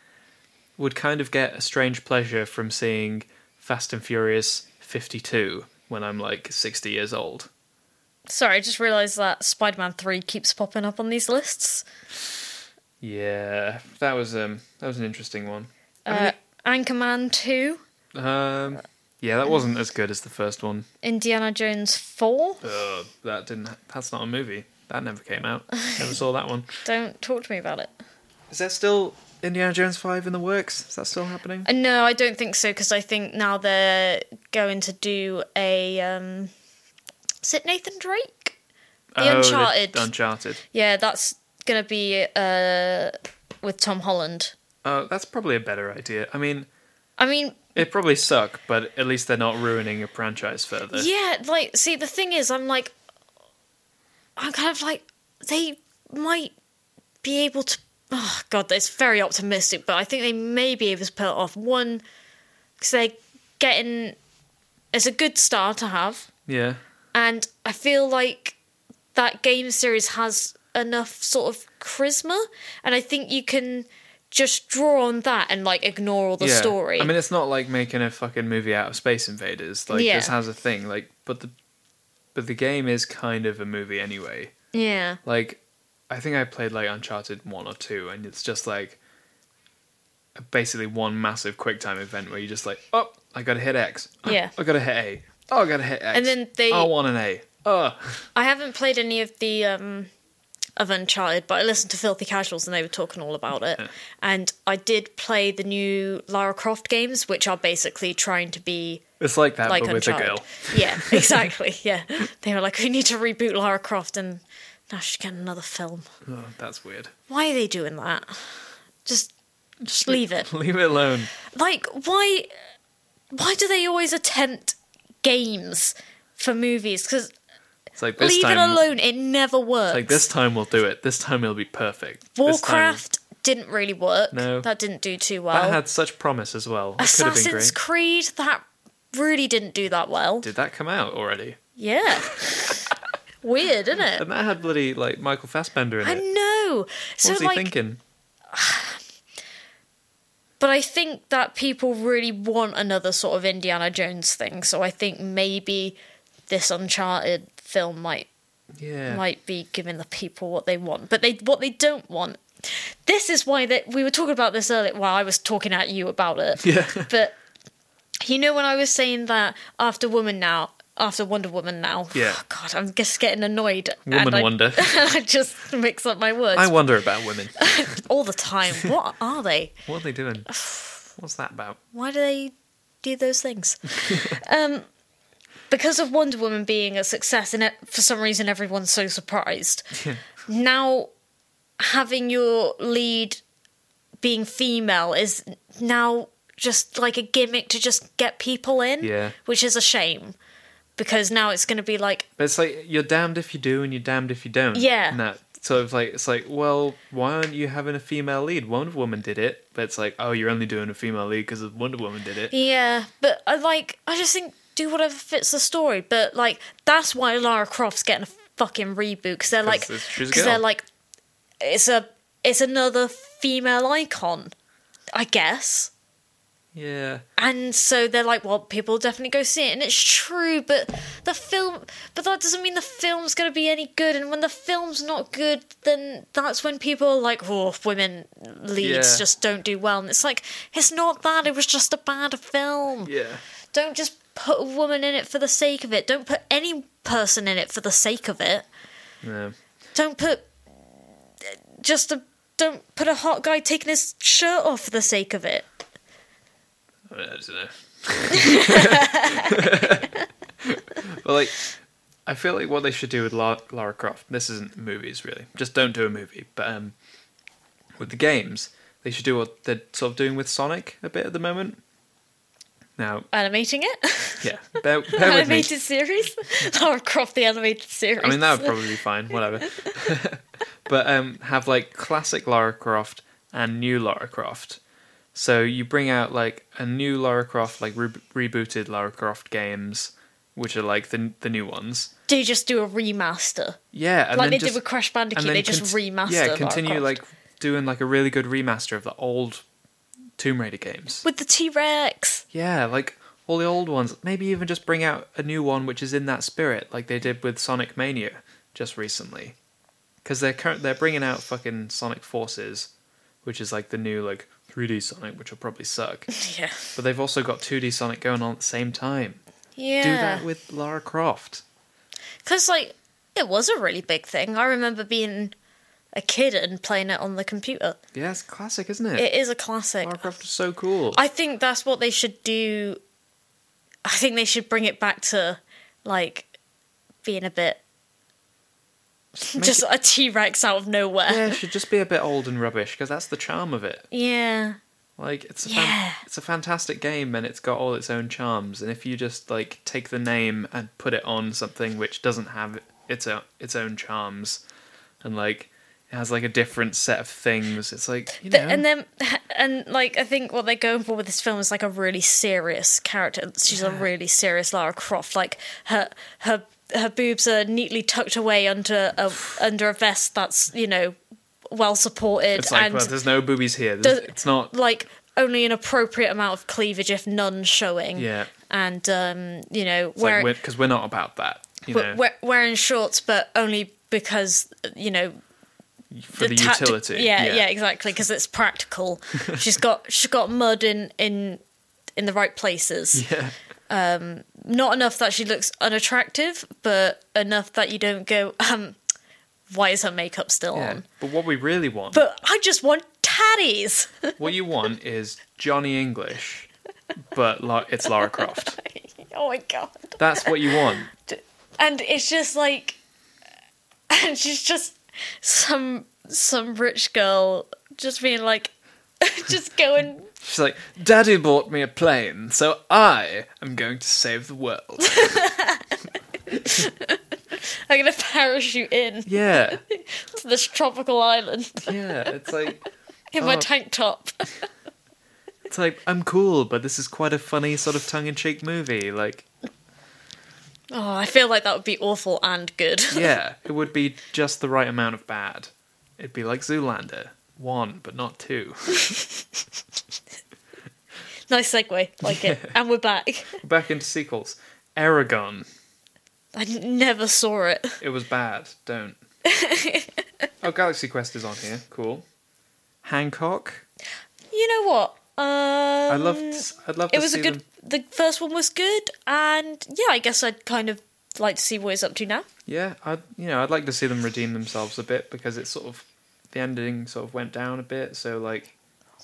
would kind of get a strange pleasure from seeing Fast and Furious 52 when I'm like 60 years old. Sorry, I just realised that Spider Man 3 keeps popping up on these lists. Yeah, that was um that was an interesting one. Uh, Anchorman 2, Um yeah, that wasn't as good as the first one. Indiana Jones 4. Ugh, that didn't that's not a movie. That never came out. Never saw that one. Don't talk to me about it. Is that still Indiana Jones 5 in the works? Is that still happening? Uh, no, I don't think so, because I think now they're going to do a. Um, is it Nathan Drake? The Uncharted. Uncharted. Yeah, that's going to be uh, with Tom Holland. Uh, that's probably a better idea. I mean, I mean, it probably suck, but at least they're not ruining a franchise further. Yeah, like, see, the thing is, I'm like, I'm kind of like, they might be able to. Oh, God, that's very optimistic, but I think they may be able to pull it off. One, because they're getting. It's a good start to have, Yeah. And I feel like that game series has enough sort of charisma, and I think you can just draw on that and like ignore all the yeah. story. I mean, it's not like making a fucking movie out of Space Invaders. Like Yeah. this has a thing. Like, but the but the game is kind of a movie anyway. yeah, Like, I think I played like Uncharted one or two, and it's just like basically one massive quick time event where you just like, oh, I gotta hit X. Oh, Yeah. I gotta hit A. Oh, I gotta hit X. Oh, And then they- I want an A. Oh, I haven't played any of the um of Uncharted, but I listened to Filthy Casuals and they were talking all about it. And I did play the new Lara Croft games, which are basically trying to be it's like that, like but with a Uncharted. girl. *laughs* Yeah, exactly. Yeah, they were like, we need to reboot Lara Croft, and now she's getting another film. Oh, that's weird. *laughs* Why are they doing that? Just, just leave it. Leave it alone. Like, why, why do they always attempt games for movies? Because It's like this leave time. it alone, it never works. Like this time we'll do it. This time it'll be perfect. This time- Warcraft didn't really work. No. that didn't do too That well. had such promise as well. It could have been Assassin's great. Creed that really didn't do that well. Did that come out already? *laughs* Yeah, weird, isn't it? And that had bloody like Michael Fassbender in I it. know. So What's he like, thinking? but I think that people really want another sort of Indiana Jones thing. So I think maybe this Uncharted film might Yeah. might be giving the people what they want, but they what they don't want. This is why that we were talking about this earlier. Well, I was talking at you about it. yeah. *laughs* but you know when I was saying that after Woman now, after Wonder Woman now. Yeah. *sighs* God, I'm just getting annoyed. Woman and I, wonder. *laughs* I just mix up my words I wonder about women. all the time. What are they? What are they doing? What's that about? why do they do those things? um, because of Wonder Woman being a success, and it, for some reason everyone's so surprised. now, having your lead being female is now just like a gimmick to just get people in, Yeah. which is a shame because now it's going to be like, But it's like you're damned if you do and you're damned if you don't. Yeah. And that sort of like it's like, well, why aren't you having a female lead? Wonder Woman did it, but it's like, oh, you're only doing a female lead because Wonder Woman did it. yeah, but I like, I just think do whatever fits the story. But like, that's why Lara Croft's getting a fucking reboot because they're like, 'Cause it's- she's a because they're girl. like it's a it's another female icon i guess Yeah. and so they're like well people will definitely go see it and it's true but the film but that doesn't mean the film's going to be any good and when the film's not good then that's when people are like oh women leads Yeah. just don't do well and it's like it's not that it was just a bad film Yeah. don't just put a woman in it for the sake of it don't put any person in it for the sake of it No. don't put just a don't put a hot guy taking his shirt off for the sake of it. I don't know. *laughs* but like, I feel like what they should do with La- Lara Croft. This isn't movies really. Just don't do a movie. But um, with the games, they should do what they're sort of doing with Sonic a bit at the moment. Now, Animating it, yeah, bear, *laughs* bear with me. animated series, *laughs* Lara Croft the animated series. I mean, that would probably be fine. *laughs* Whatever. *laughs* but um, have like classic Lara Croft and new Lara Croft. So you bring out like a new Lara Croft, like re- rebooted Lara Croft games, which are like the the new ones. they just do a remaster, Yeah, and like then they just, did with Crash Bandicoot. and then They just conti- remaster. Yeah, Lara continue Croft. like doing like a really good remaster of the old Tomb Raider games. with the T *laughs* Rex. Yeah, like all the old ones. Maybe even just bring out a new one which is in that spirit, like they did with Sonic Mania just recently. Because they're current, they're bringing out fucking Sonic Forces, which is like the new like 3D Sonic, which will probably *laughs* suck. Yeah, but they've also got 2D Sonic going on at the same time. Do yeah. that with Lara Croft. Because like it was a really big thing. I remember being a kid and playing it on the computer. Yeah, it's classic, isn't it? It is a classic. Lara Croft is so cool. I think that's what they should do. I think they should bring it back to like being a bit *laughs* just a T Rex out of yeah, nowhere. it should just be a bit old and rubbish because that's the charm of it. Yeah. Like it's a Yeah. fan- it's a fantastic game and it's got all its own charms. And if you just like take the name and put it on something which doesn't have its own its own charms, and like it has like a different set of things, it's like you know, Th- and then, *laughs* and like, I think what they're going for with this film is like a really serious character. She's a really serious Lara Croft. Like her her her boobs are neatly tucked away under a under a vest that's you know well supported It's like, and well, there's no boobies here. does- There's, it's not. like only an appropriate amount of cleavage if none showing Yeah. and um you know It's like wearing because we're, not about that. You we- know, we- wearing shorts but only because you know for the, tact- utility. yeah, yeah, exactly, because it's practical. she's got she's got mud in in in the right places. *laughs* Yeah. Not enough that she looks unattractive, but enough that you don't go, um, why is her makeup still Yeah. on? But what we really want, But I just want tatties. *laughs* what you want is Johnny English, but like it's Lara Croft. *laughs* oh my god. That's what you want. and it's just like *laughs* and she's just some some rich girl just being like *laughs* just going She's like, Daddy bought me a plane, so I am going to save the world. *laughs* i'm gonna parachute in Yeah, to this tropical island yeah. It's like, in my Oh. tank top it's like I'm cool, but this is quite a funny sort of tongue-in-cheek movie. Like, oh i feel like that would be awful and good yeah, it would be just the right amount of bad. It'd be like Zoolander, one but not two. *laughs* nice segue *laughs* like it and we're back Back into sequels. Aragon. i n- never saw it It was bad. Don't. *laughs* oh, Galaxy Quest is on here. Cool. Hancock. you know what um, I loved. I'd love to it was see a good them. the first one was good and yeah i guess i'd kind of like to see what he's up to now Yeah, I'd you know I'd like to see them redeem themselves a bit because it's sort of the ending sort of went down a bit. So like,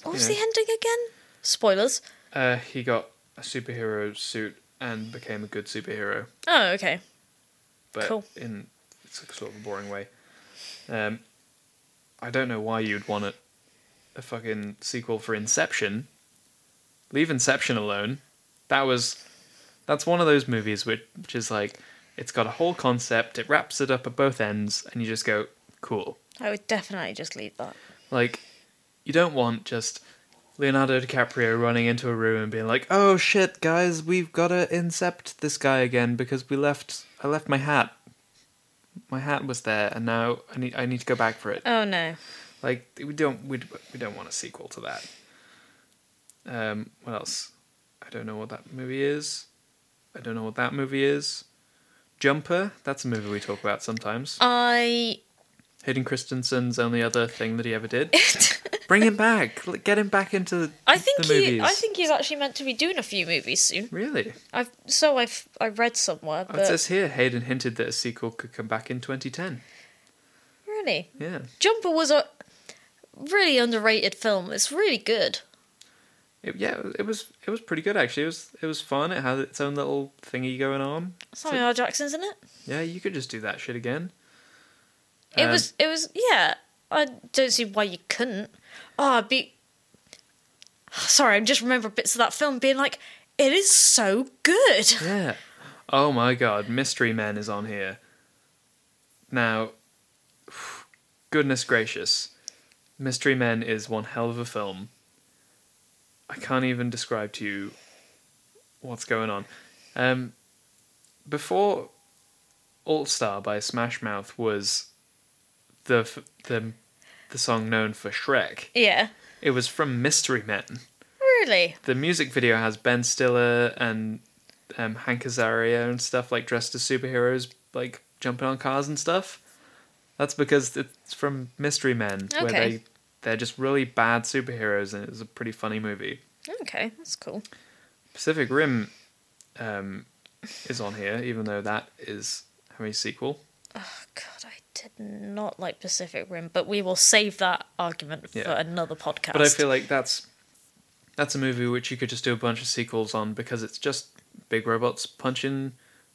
What was Yeah. the ending again? Spoilers. uh, he got a superhero suit and became a good superhero, Oh, okay. but Cool. in it's a sort of a boring way. Um, I don't know why you'd want a, a fucking sequel for Inception. Leave Inception alone. That was that's one of those movies which, which is like it's got a whole concept, it wraps it up at both ends, and you just go cool. I would definitely just leave that. Like, you don't want just Leonardo DiCaprio running into a room and being like, "Oh shit, guys, we've got to incept this guy again because we left. I left my hat. My hat was there, and now I need. I need to go back for it. Oh no. Like, we don't. We we don't want a sequel to that. Um, what else? I don't know what that movie is. I don't know what that movie is. Jumper. That's a movie we talk about sometimes. I *laughs* Hayden Christensen's only other thing that he ever did. Bring him back. L- Get him back into the, I think the he movies. I think he's actually meant to be doing a few movies soon. Really? I've so I've I read somewhere, Oh, but it says here Hayden hinted that a sequel could come back in 2010. really, Yeah. Jumper was a really underrated film. It's really good. It, yeah, it was it was pretty good actually. It was it was fun. It had its own little thingy going on. Samuel L. Jackson's in it. Yeah, you could just do that shit again. It Um, was it was yeah. I don't see why you couldn't. Ah, be sorry. I'm just remembering bits of that film being like, it is so good. *laughs* Yeah. Oh my god, Mystery Men is on here. Now, goodness gracious, Mystery Men is one hell of a film. I can't even describe to you what's going on. Um, before All Star by Smash Mouth was the f- the the song known for Shrek. Yeah, It was from Mystery Men really. the music video has Ben Stiller and um, Hank Azaria and stuff like dressed as superheroes, like jumping on cars and stuff. That's because it's from Mystery Men, where Okay. they they're just really bad superheroes, and it was a pretty funny movie. Okay, that's cool. Pacific Rim um, is on here, even though that is having a sequel. Oh God, I did not like Pacific Rim, but we will save that argument for Yeah. another podcast. But I feel like that's that's a movie which you could just do a bunch of sequels on because it's just big robots punching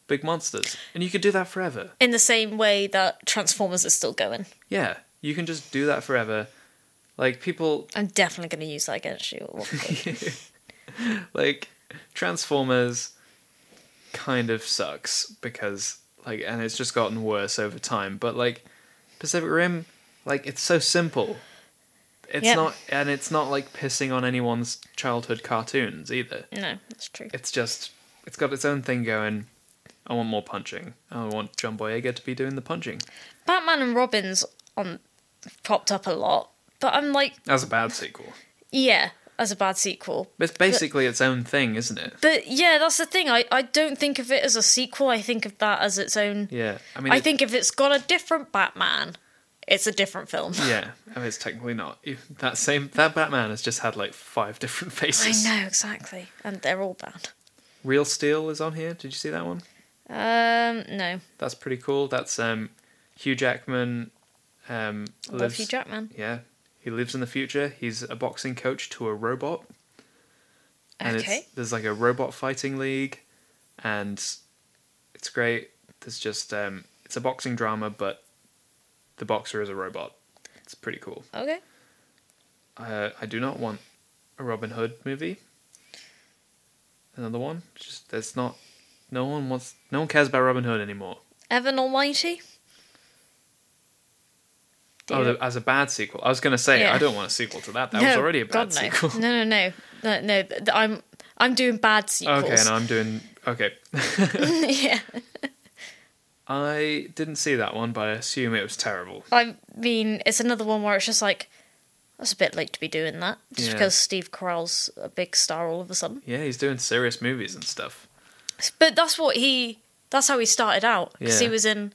big monsters, and you could do that forever. in the same way that Transformers is still going. Yeah, you can just do that forever. Like people I'm definitely going to use that *laughs* against you. at one point. like Transformers kind of sucks because like and it's just gotten worse over time, but like Pacific Rim like it's so simple. It's Yep. not and it's not like pissing on anyone's childhood cartoons either. no, that's true. It's just it's got its own thing going. I want more punching. I want John Boyega to be doing the punching Batman and Robin's on popped up a lot, but I'm like, as a bad sequel. yeah, as a bad sequel. It's basically its own thing, isn't it? But yeah, that's the thing. I, I don't think of it as a sequel. I think of that as its own. Yeah, I mean, I it- think if it's got a different Batman, it's a *laughs* different film. yeah, I mean, it's technically not You- that same. That Batman has just had like five different *laughs* I faces. know exactly, and they're all bad. Real Steel is on here. Did you see that one? Um, no, That's pretty cool. That's um, Hugh Jackman. Um, love lives- Hugh Jackman. Yeah, he lives in the future. He's a boxing coach to a robot. And Okay. it's, there's like a robot fighting league, and it's great. There's just um, it's a boxing drama, but the boxer is a robot. It's pretty cool. Okay, Uh, I do not want a Robin Hood movie. Another one. It's Just there's not. No one wants. No one cares about Robin Hood anymore. Evan Almighty. Oh, Yeah. the, as a bad sequel. I was going to say Yeah. I don't want a sequel to that. That was already a bad God, no. sequel. No, no, no, no, no. th- th- I'm I'm doing bad sequels. *laughs* Okay, and I'm doing okay. *laughs* *laughs* yeah, I didn't see that one, but I assume it was terrible. I mean, it's another one where it's just like that's a bit late to be doing that, just Yeah. because Steve Carell's a big star all of a sudden. Yeah, he's doing serious movies and stuff. But that's what he. That's how he started out because he Yeah. was in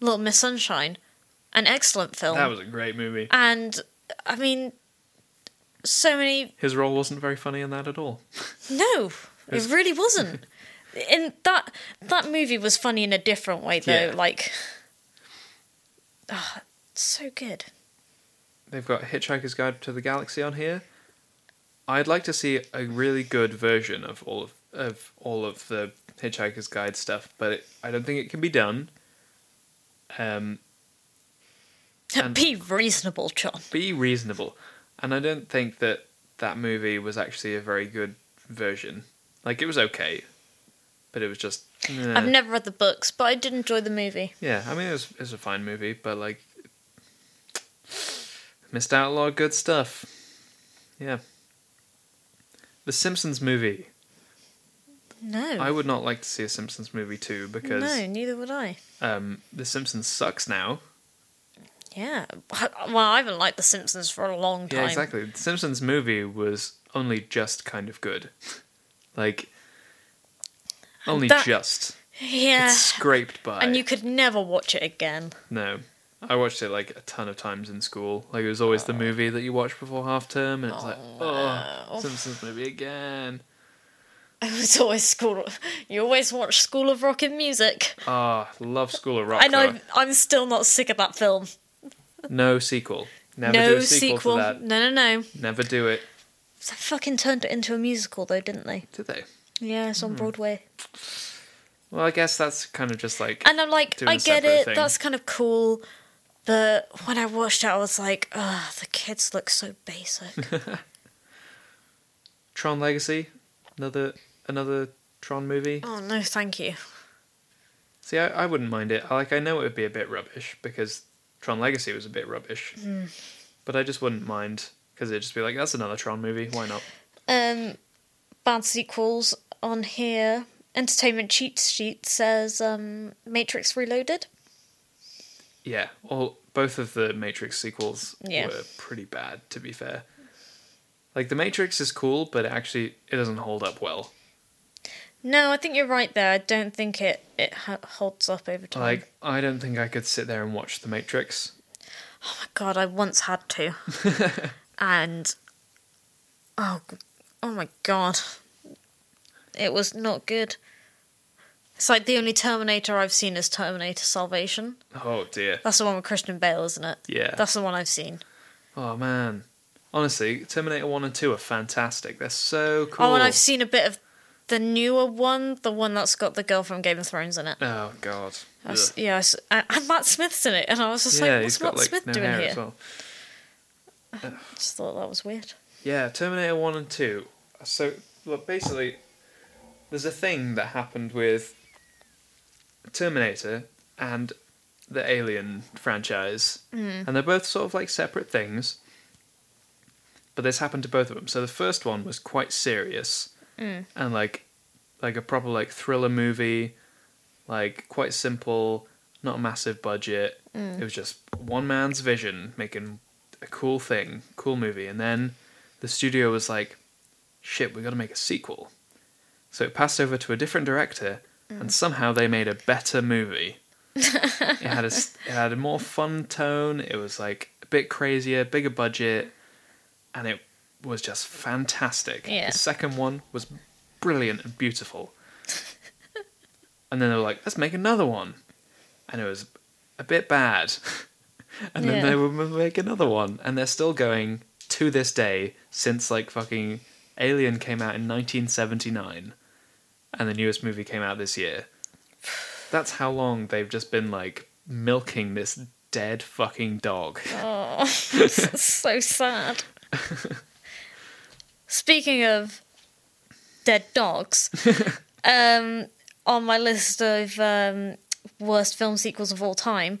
Little Miss Sunshine, an excellent film. That was a great movie. and I mean, so many. His role wasn't very funny in that at all. No, it It's- really wasn't. and that that movie was funny in a different way though. Yeah. Like, *sighs* ah, so good. *laughs* They've got Hitchhiker's Guide to the Galaxy on here. I'd like to see a really good version of all of, of all of the Hitchhiker's Guide stuff, but it, I don't think it can be done. Um, And- Be reasonable, John. be reasonable, and I don't think that that movie was actually a very good version. Like it was okay, but it was just. eh. I've never read the books, but I did enjoy the movie. Yeah, I mean it was it was a fine movie, but like missed out a lot of good stuff. Yeah. The Simpsons movie. No, I would not like to see a Simpsons movie too because no, neither would I. um, The Simpsons sucks now. Yeah. *laughs* Well, I haven't liked The Simpsons for a long time. Yeah, exactly. The Simpsons movie was only just kind of good. like only That- just. Yeah. It's scraped by. and you could never watch it again. *laughs* No. I watched it like a ton of times in school. Like it was always the Oh. movie that you watch before half term, and it's like, oh, no. Simpsons movie again. It was always school. You always watch School of Rock and Music, Ah, love School of Rock. and though. I'm I'm still not sick of that film. No sequel. Never do no a sequel, sequel. to that. No, no, no. Never do it. They fucking turned it into a musical, though, didn't they? Did they? Yeah, Mm-hmm. it's on Broadway. Well, I guess that's kind of just like And I'm like, Doing I a get separate it. thing. That's kind of cool. But when I watched it, I was like, ugh, the kids look so basic. Tron Legacy, another another Tron movie. *laughs* oh no, thank you. See, I, I wouldn't mind it. I- Like I know it would be a bit rubbish because Tron Legacy was a bit rubbish, Hmm. but I just wouldn't mind because it'd just be like, that's another Tron movie. Why not? um, bad sequels on here. Entertainment cheat sheet says um, Matrix Reloaded. Yeah, all both of the Matrix sequels Yeah. were pretty bad, to be fair. Like the Matrix is cool, but actually it doesn't hold up well. No, I think you're right there. I don't think it it ha- holds up over time. Like I don't think I could sit there and watch the Matrix. oh my god, I once *laughs* had to, and oh, g- oh my god, it was not good. It's like the only Terminator I've seen is Terminator Salvation. Oh dear. That's the one with Christian Bale, isn't it? Yeah. That's the one I've seen. Oh man. Honestly, Terminator 1 and 2 are fantastic. They're so cool. Oh, and I've seen a bit of the newer one, the one that's got the girl from Game of Thrones in it. Oh god. I s- Ugh. yeah, I s- and and Matt Smith's in it, and I was just yeah, like, he's "What's got Matt like Smith no doing hair here?" as well. I just thought that was weird. Yeah, Terminator 1 and 2. So, look, basically, there's a thing that happened with Terminator and the Alien franchise. And they're both sort of like separate things. But this happened to both of them. So the first one was quite serious and like like a proper like thriller movie Like quite simple, not a massive budget. It was just one man's vision making a cool thing, cool movie. And then the studio was like, shit, we got to make a sequel. So it passed over to a different director, and somehow they made a better movie. it had a s- it had a more fun tone. It was like a bit crazier, bigger budget, and it was just fantastic. Yeah. The second one was brilliant and beautiful. and then they were like, let's make another one, and it was a bit bad. *laughs* and then Yeah. they would make another one, and they're still going to this day since like fucking Alien came out in 1979, and the newest movie came out this year. That's how long they've just been like milking this dead fucking dog. Oh, *laughs* so sad. Speaking of dead *laughs* dogs, um, on my list of um, worst film sequels of all time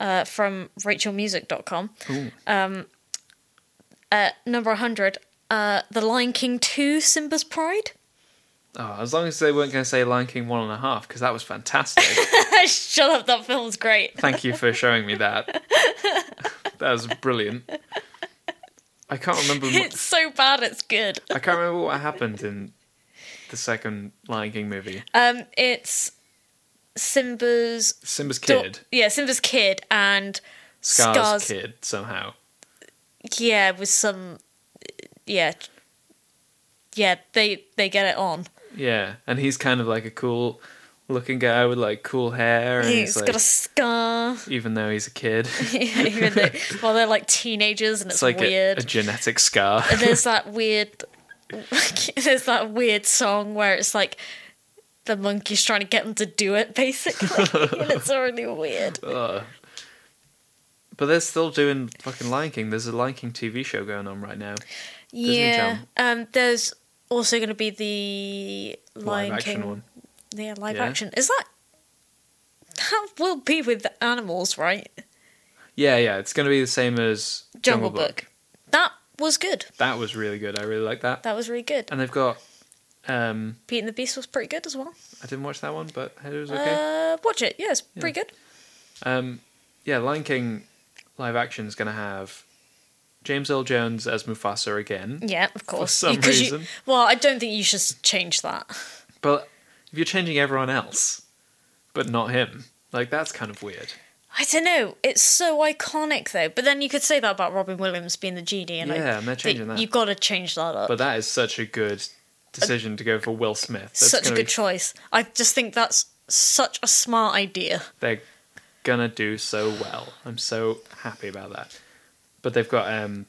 uh, from rachelmusic.com, Ooh. uh, number 100, uh, The Lion King 2 Simba's Pride. *laughs* Oh, as long as they weren't going to say Lion King one and a half, because that was fantastic. Shut up, that film's great. Thank you for showing me that. that was brilliant. I can't remember. *laughs* mu- It's so bad, it's good. I can't remember what happened in the second Lion King movie. Um, it's Simba's Simba's da- kid, yeah, Simba's kid and Scar's, Scar's kid, somehow. yeah with some yeah yeah they they get it on Yeah, and he's kind of like a cool looking guy with like cool hair, and he's, he's like, got a scar *laughs* even though he's a kid, even though well they're like teenagers and it's, it's like a, weird a genetic scar. *laughs* and there's that weird *laughs* there's that weird song where it's like the monkey's trying to get them to do it basically *laughs* and it's *laughs* really weird Ugh. But they're still doing fucking Lion King. There's a Lion King TV show going on right now. yeah Channel. um there's also going to be the lion Live action king one. yeah live Yeah. action is that that will be with the animals right Yeah, yeah. It's going to be the same as Jungle Book. That was good. That was really good. I really like that. That was really good. And they've got. um Beauty and the Beast was pretty good as well. I didn't watch that one, but it was okay. Uh, watch it. Yeah, it's pretty good. Um, yeah, Lion King live action is going to have James Earl Jones as Mufasa again. Yeah, of course. some Because you- reason. well, I don't think you should change that. But if you're changing everyone else, but not him, like that's kind of weird. I don't know. It's so iconic though. But then you could say that about Robin Williams being the genie, and like, Yeah, and they're changing that. You've got to change that up. But that is such a good decision to go for Will Smith. That's such a gonna good be, choice. I just think that's such a smart idea. they're gonna do so well. I'm so happy about that. But they've got um,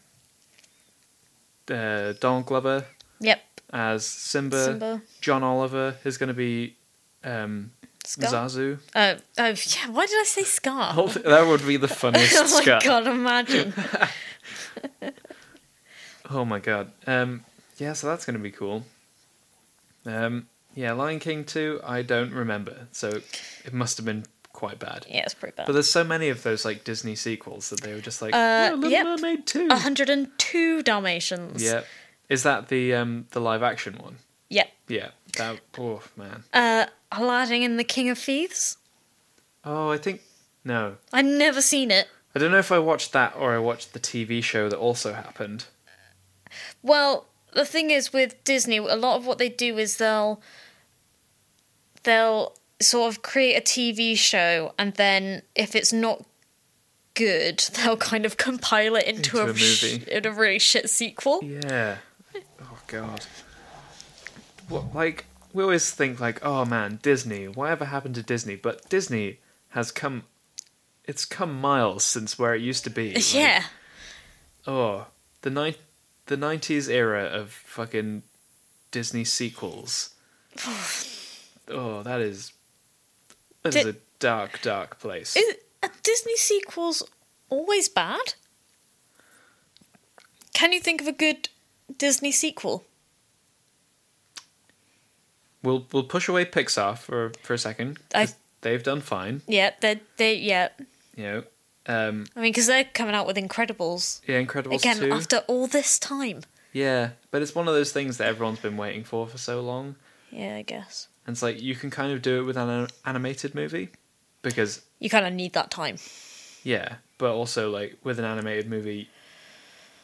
uh, Donald Glover Yep. as Simba. Simba. John Oliver is going to be um, Scar. Zazu. Uh, oh, yeah. Why did I say Scar? Oh, that would be the funniest *laughs* oh my Scar. *laughs* god! Imagine. Oh my god. Um, yeah, so that's going to be cool. Um, yeah, Lion King 2, I don't remember. So it must have been quite bad. yeah, it's pretty bad. But there's so many of those like Disney sequels that they were just like, Uh, oh, Little yep. Uh-huh. Mermaid 2. 102 Dalmatians. Yeah. Is that the um, the live action one? Yep. Yeah. That oh man. Uh, Aladdin and the King of Thieves. Oh, I think no. I've never seen it. I don't know if I watched that or I watched the TV show that also happened. Well, the thing is with Disney, a lot of what they do is they'll they'll sort of create a TV show and then if it's not good, *laughs* they'll kind of compile it Into into, a, a movie. sh- in a really shit sequel. *laughs* Yeah. Oh god. What like we always think like, oh man, Disney. Whatever happened to Disney? But Disney has come. It's come miles since where it used to be. like, *laughs* Yeah. oh, the ni- the nineties era of fucking Disney *sighs* sequels. oh, that is. that is Di- a dark, dark place. Is, are Disney sequels always bad? Can you think of a good Disney sequel? we'll we'll push away Pixar for for a second. 'cause I- They've done fine, Yeah, they they yeah. you know. Um, I mean, because they're coming out with Incredibles yeah, Incredibles again two. after all this time. Yeah, but it's one of those things that everyone's been waiting for for so long, Yeah, I guess. And it's like you can kind of do it with an animated movie because You kind of need that time. yeah, but also like with an animated movie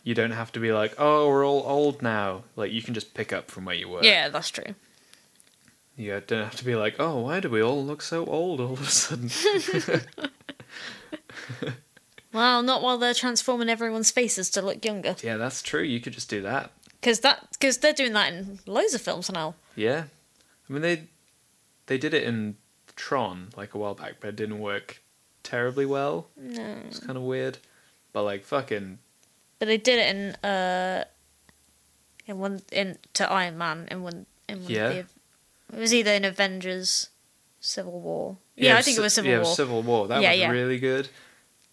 you don't have to be like, "Oh, we're all old now." Like you can just pick up from where you were. Yeah, that's true. You don't have to be like, "Oh, why do we all look so old all of a sudden?" Well, not while they're transforming everyone's faces to look younger, yeah, that's true. You could just do that. because that because they're doing that in loads of films now. Yeah, I mean they they did it in Tron like a while back, but it didn't work terribly well. No, It's kind of weird, but like fucking but they did it in uh in one in to Iron Man in one in one Yeah. of the it was either in Avengers, Civil War. yeah, Yeah, I think it was Ci- Civil yeah, War. Civil War. That Yeah, was yeah. really good.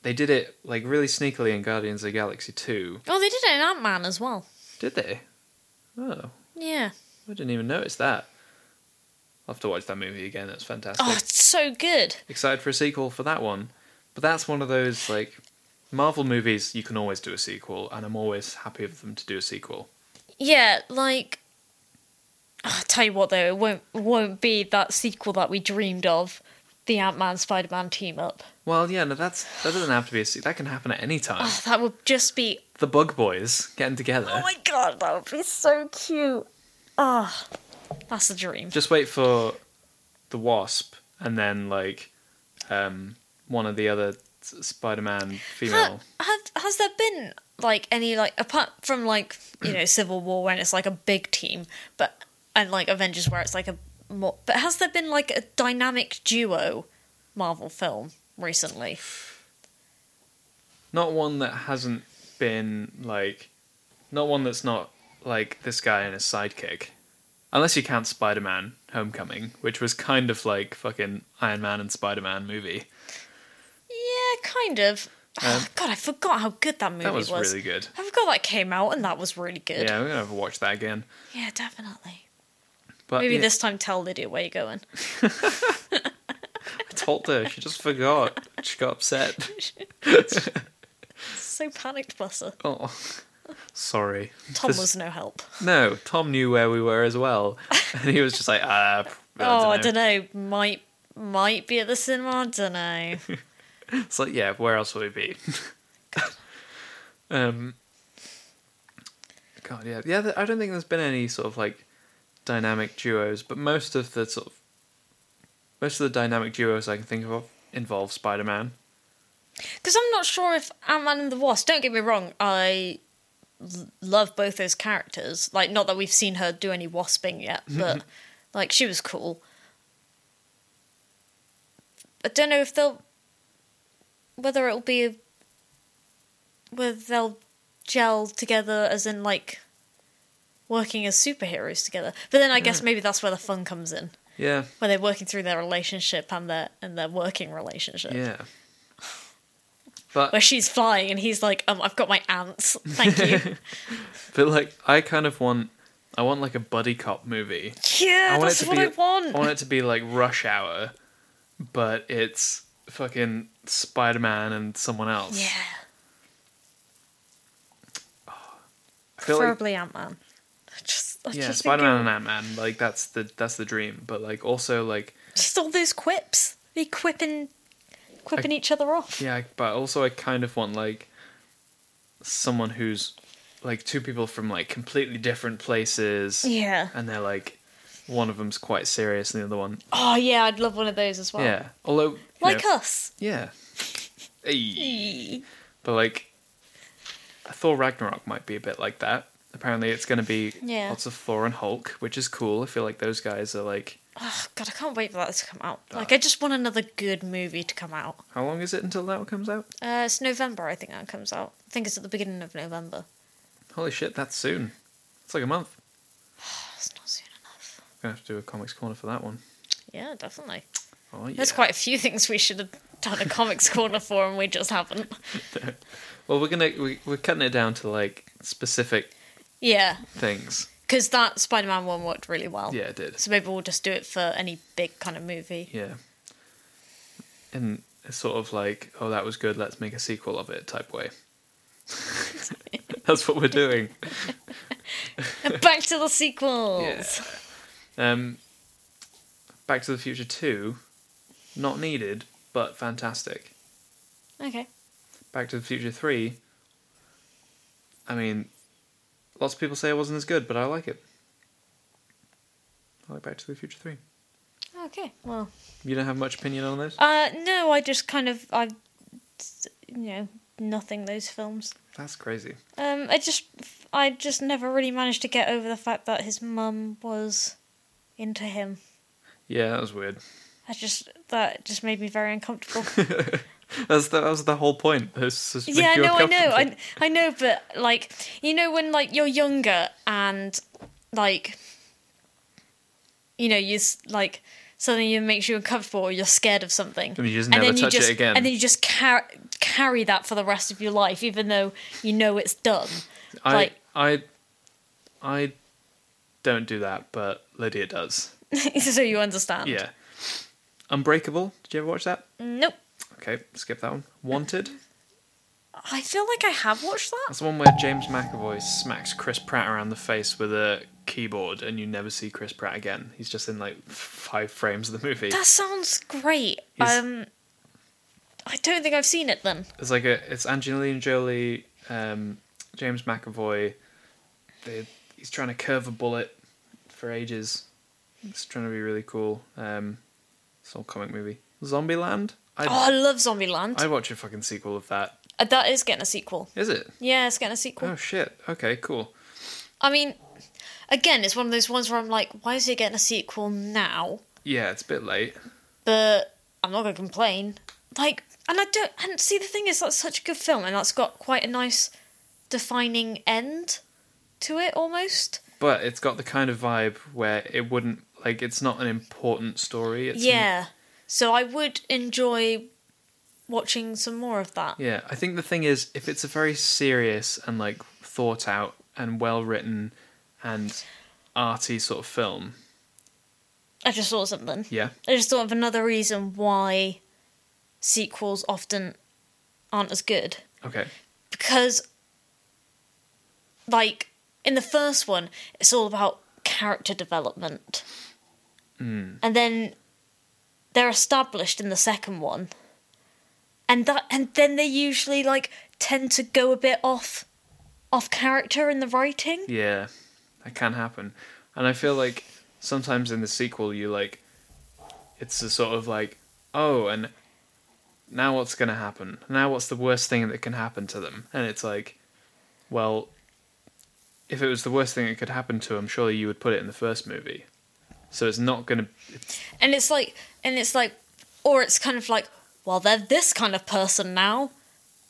They did it like really sneakily in Guardians of the Galaxy two. oh, they did it in Ant Man as well. Did they? Oh, Yeah. I didn't even notice that. I'll have to watch that movie again. It's fantastic. Oh, it's so good. Excited for a sequel for that one, but that's one of those like Marvel movies. You can always do a sequel, and I'm always happy of them to do a sequel. Yeah, like Ah, I tell you what though, it won't won't be that sequel that we dreamed of, the Ant Man Spider Man team up. Well, yeah, no, that's that doesn't have to be a se- that can happen at any time. Oh, that would just be The Bug Boys getting together. oh my god, that would be so cute. Oh, that's the dream. Just wait for the Wasp and then like um, one of the other s- Spider-Man Ha- female. Have, has there been like any like apart from like you know Civil War when it's like a big team, but and like Avengers where it's like a more, but has there been like a dynamic duo Marvel film recently? Not one that hasn't been like, not one that's not like this guy and his sidekick. Unless you count Spider-Man: Homecoming, which was kind of like fucking Iron Man and Spider-Man movie. Yeah, kind of. *sighs* Um, God, I forgot how good that movie That was, was. really good. I forgot that came out and that was really good. Yeah, we're gonna have to watch that again. Yeah, definitely. But Uh, Maybe yeah, this time tell Lydia where *laughs* you're going. I told her she just *laughs* forgot. She got upset. So panicked, bless her. Oh, sorry. Tom This- was no help. No, Tom knew where we were as *laughs* well, and he was just like, ah. I oh, dunno." I don't know. Might might be at the cinema. I don't know. It's like, yeah, where else would *laughs* we be? um, God, yeah, yeah. th- I don't think there's been any sort of like dynamic duos, but most of the sort of most of the dynamic duos I can think of involve Spider-Man. Because I'm not sure if Ant Man and the Wasp. Don't get me wrong. I l- love both those characters. Like, not that we've seen her do any wasping yet, but like she was cool. I don't know if they'll whether it'll be whether they'll gel together as in like working as superheroes together. But then I guess maybe that's where the fun comes in, Yeah, where they're working through their relationship and their and their working relationship yeah. But where she's flying and he's like, um, I've got my ants. Thank *laughs* you. but like, I kind of want I want like a buddy cop movie. yeah, want it that's to what be- I want. I want it to be like Rush Hour, but it's fucking Spider Man and someone else. yeah. I feel like Preferably Ant Man. Just, I yeah, just Spider Man think and Ant Man. Like that's the that's the dream. But like also like it- Just all those quips. They quipping quipping each other off. yeah, I- but also I kind of want like someone who's like two people from like completely different places, Yeah. and they're like one of them's quite serious and the other one Oh yeah, I'd love one of those as well. yeah. Although you Oh. Like know, us. *laughs* yeah, hey. Eee. But like, Thor Ragnarok might be a bit like that. Apparently, it's going to be Yeah. lots of Thor and Hulk, which is cool. I feel like those guys are like, Oh god, I can't wait for that to come out. Ah. Like I just want another good movie to come out. how long is it until that comes out? Uh, it's November, I think that comes out. I think it's at the beginning of November. Holy shit, that's soon. It's like a month. That's not soon enough. I'm gonna have to do a comics corner for that one. Yeah, definitely. Oh yeah. There's quite a few things we should have done a comics corner for, and we just haven't. well, we're gonna we, we're cutting it down to like specific Yeah, things. because that Spider-Man one worked really well. Yeah, it did. So maybe we'll just do it for any big kind of movie. Yeah. And it's sort of like, oh, that was good. Let's make a sequel of it type way. *laughs* *laughs* that's what we're doing. And back to the sequels. Um, Back to the Future 2, not needed, but fantastic. Okay. Back to the Future 3, I mean, lots of people say it wasn't as good, but I like it. I like Back to the Future 3. Okay. Well. You don't have much opinion on those? Uh, no, I just kind of I, you know, nothing those films. That's crazy. Um, I just I just never really managed to get over the fact that his mum was into him. Yeah, that was weird. I just that just made me very uncomfortable. That's the, that was the whole point. This is yeah, no, I know, I I know, but like you know when like you're younger and like you know you s- like suddenly it makes you uncomfortable or you're scared of something And you just never touch it just, again. and then you just car- carry that for the rest of your life even though you know it's done *laughs* I, like- I, I don't do that, but Lydia does. so you understand Yeah. Unbreakable. Did you ever watch that? nope Okay, skip that one. Wanted. i feel like i have watched that That's the one where James McAvoy smacks Chris Pratt around the face with a keyboard, and you never see Chris Pratt again. He's just in like five frames of the movie. that sounds great Is- um i don't think i've seen it then It's like a it's Angelina Jolie, um, James McAvoy. They, he's trying to curve a bullet for ages. It's trying to be really cool. Um, it's all comic movie. Zombieland. I oh i love zombieland I watch a fucking sequel of that. Uh, that is getting a sequel Is it? yeah it's getting a sequel Oh shit. Okay, cool. i mean again it's one of those ones where i'm like why is it getting a sequel now Yeah, it's a bit late. but I'm not gonna complain. Like, and I don't. And see, the thing is, that's such a good film, and that's got quite a nice defining end to it, almost. But it's got the kind of vibe where it wouldn't like it's not an important story. It's yeah. So I would enjoy watching some more of that. Yeah, I think the thing is, if it's a very serious and like thought out and well written and arty sort of film, I just thought of something. yeah, I just thought of another reason why sequels often aren't as good. okay, because like in the first one it's all about character development and then they're established in the second one and that and then they usually like tend to go a bit off off character in the writing yeah, that can happen. And I feel like sometimes in the sequel, you like, it's a sort of like, oh, and now what's gonna happen? Now what's the worst thing that can happen to them? And it's like, well, if it was the worst thing that could happen to them, surely you would put it in the first movie. So it's not gonna. and it's like and it's like or it's kind of like well they're this kind of person now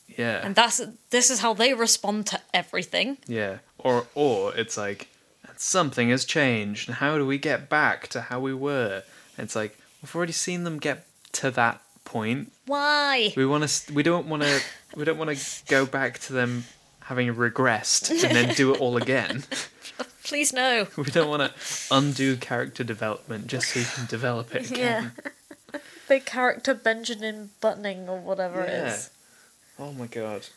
Yeah. and that's this is how they respond to everything Yeah. Or or it's like something has changed and how do we get back to how we were? And it's like we've already seen them get to that point. why We want to we don't want to we don't want to go back to them having regressed and then do it all again. *laughs* please no We don't want to undo character development just so you can develop it again. Yeah. the character Benjamin Buttoning or whatever it is. Oh my god.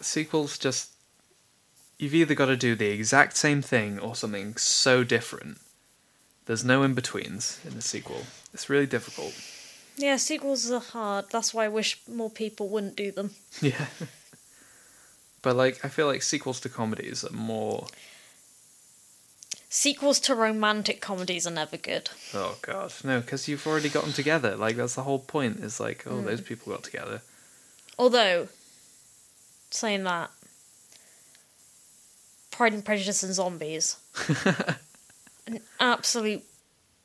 Sequels just you've either got to do the exact same thing or something so different. There's no in betweens in a sequel. It's really difficult. *laughs* Yeah, sequels are hard. That's why I wish more people wouldn't do them. Yeah. but like I feel like sequels to comedies are more Sequels to romantic comedies are never good. oh god. No, cuz you've already gotten together. Like that's the whole point. Is like oh those Mm. people got together. Although, saying that, Pride and Prejudice and Zombies. An absolute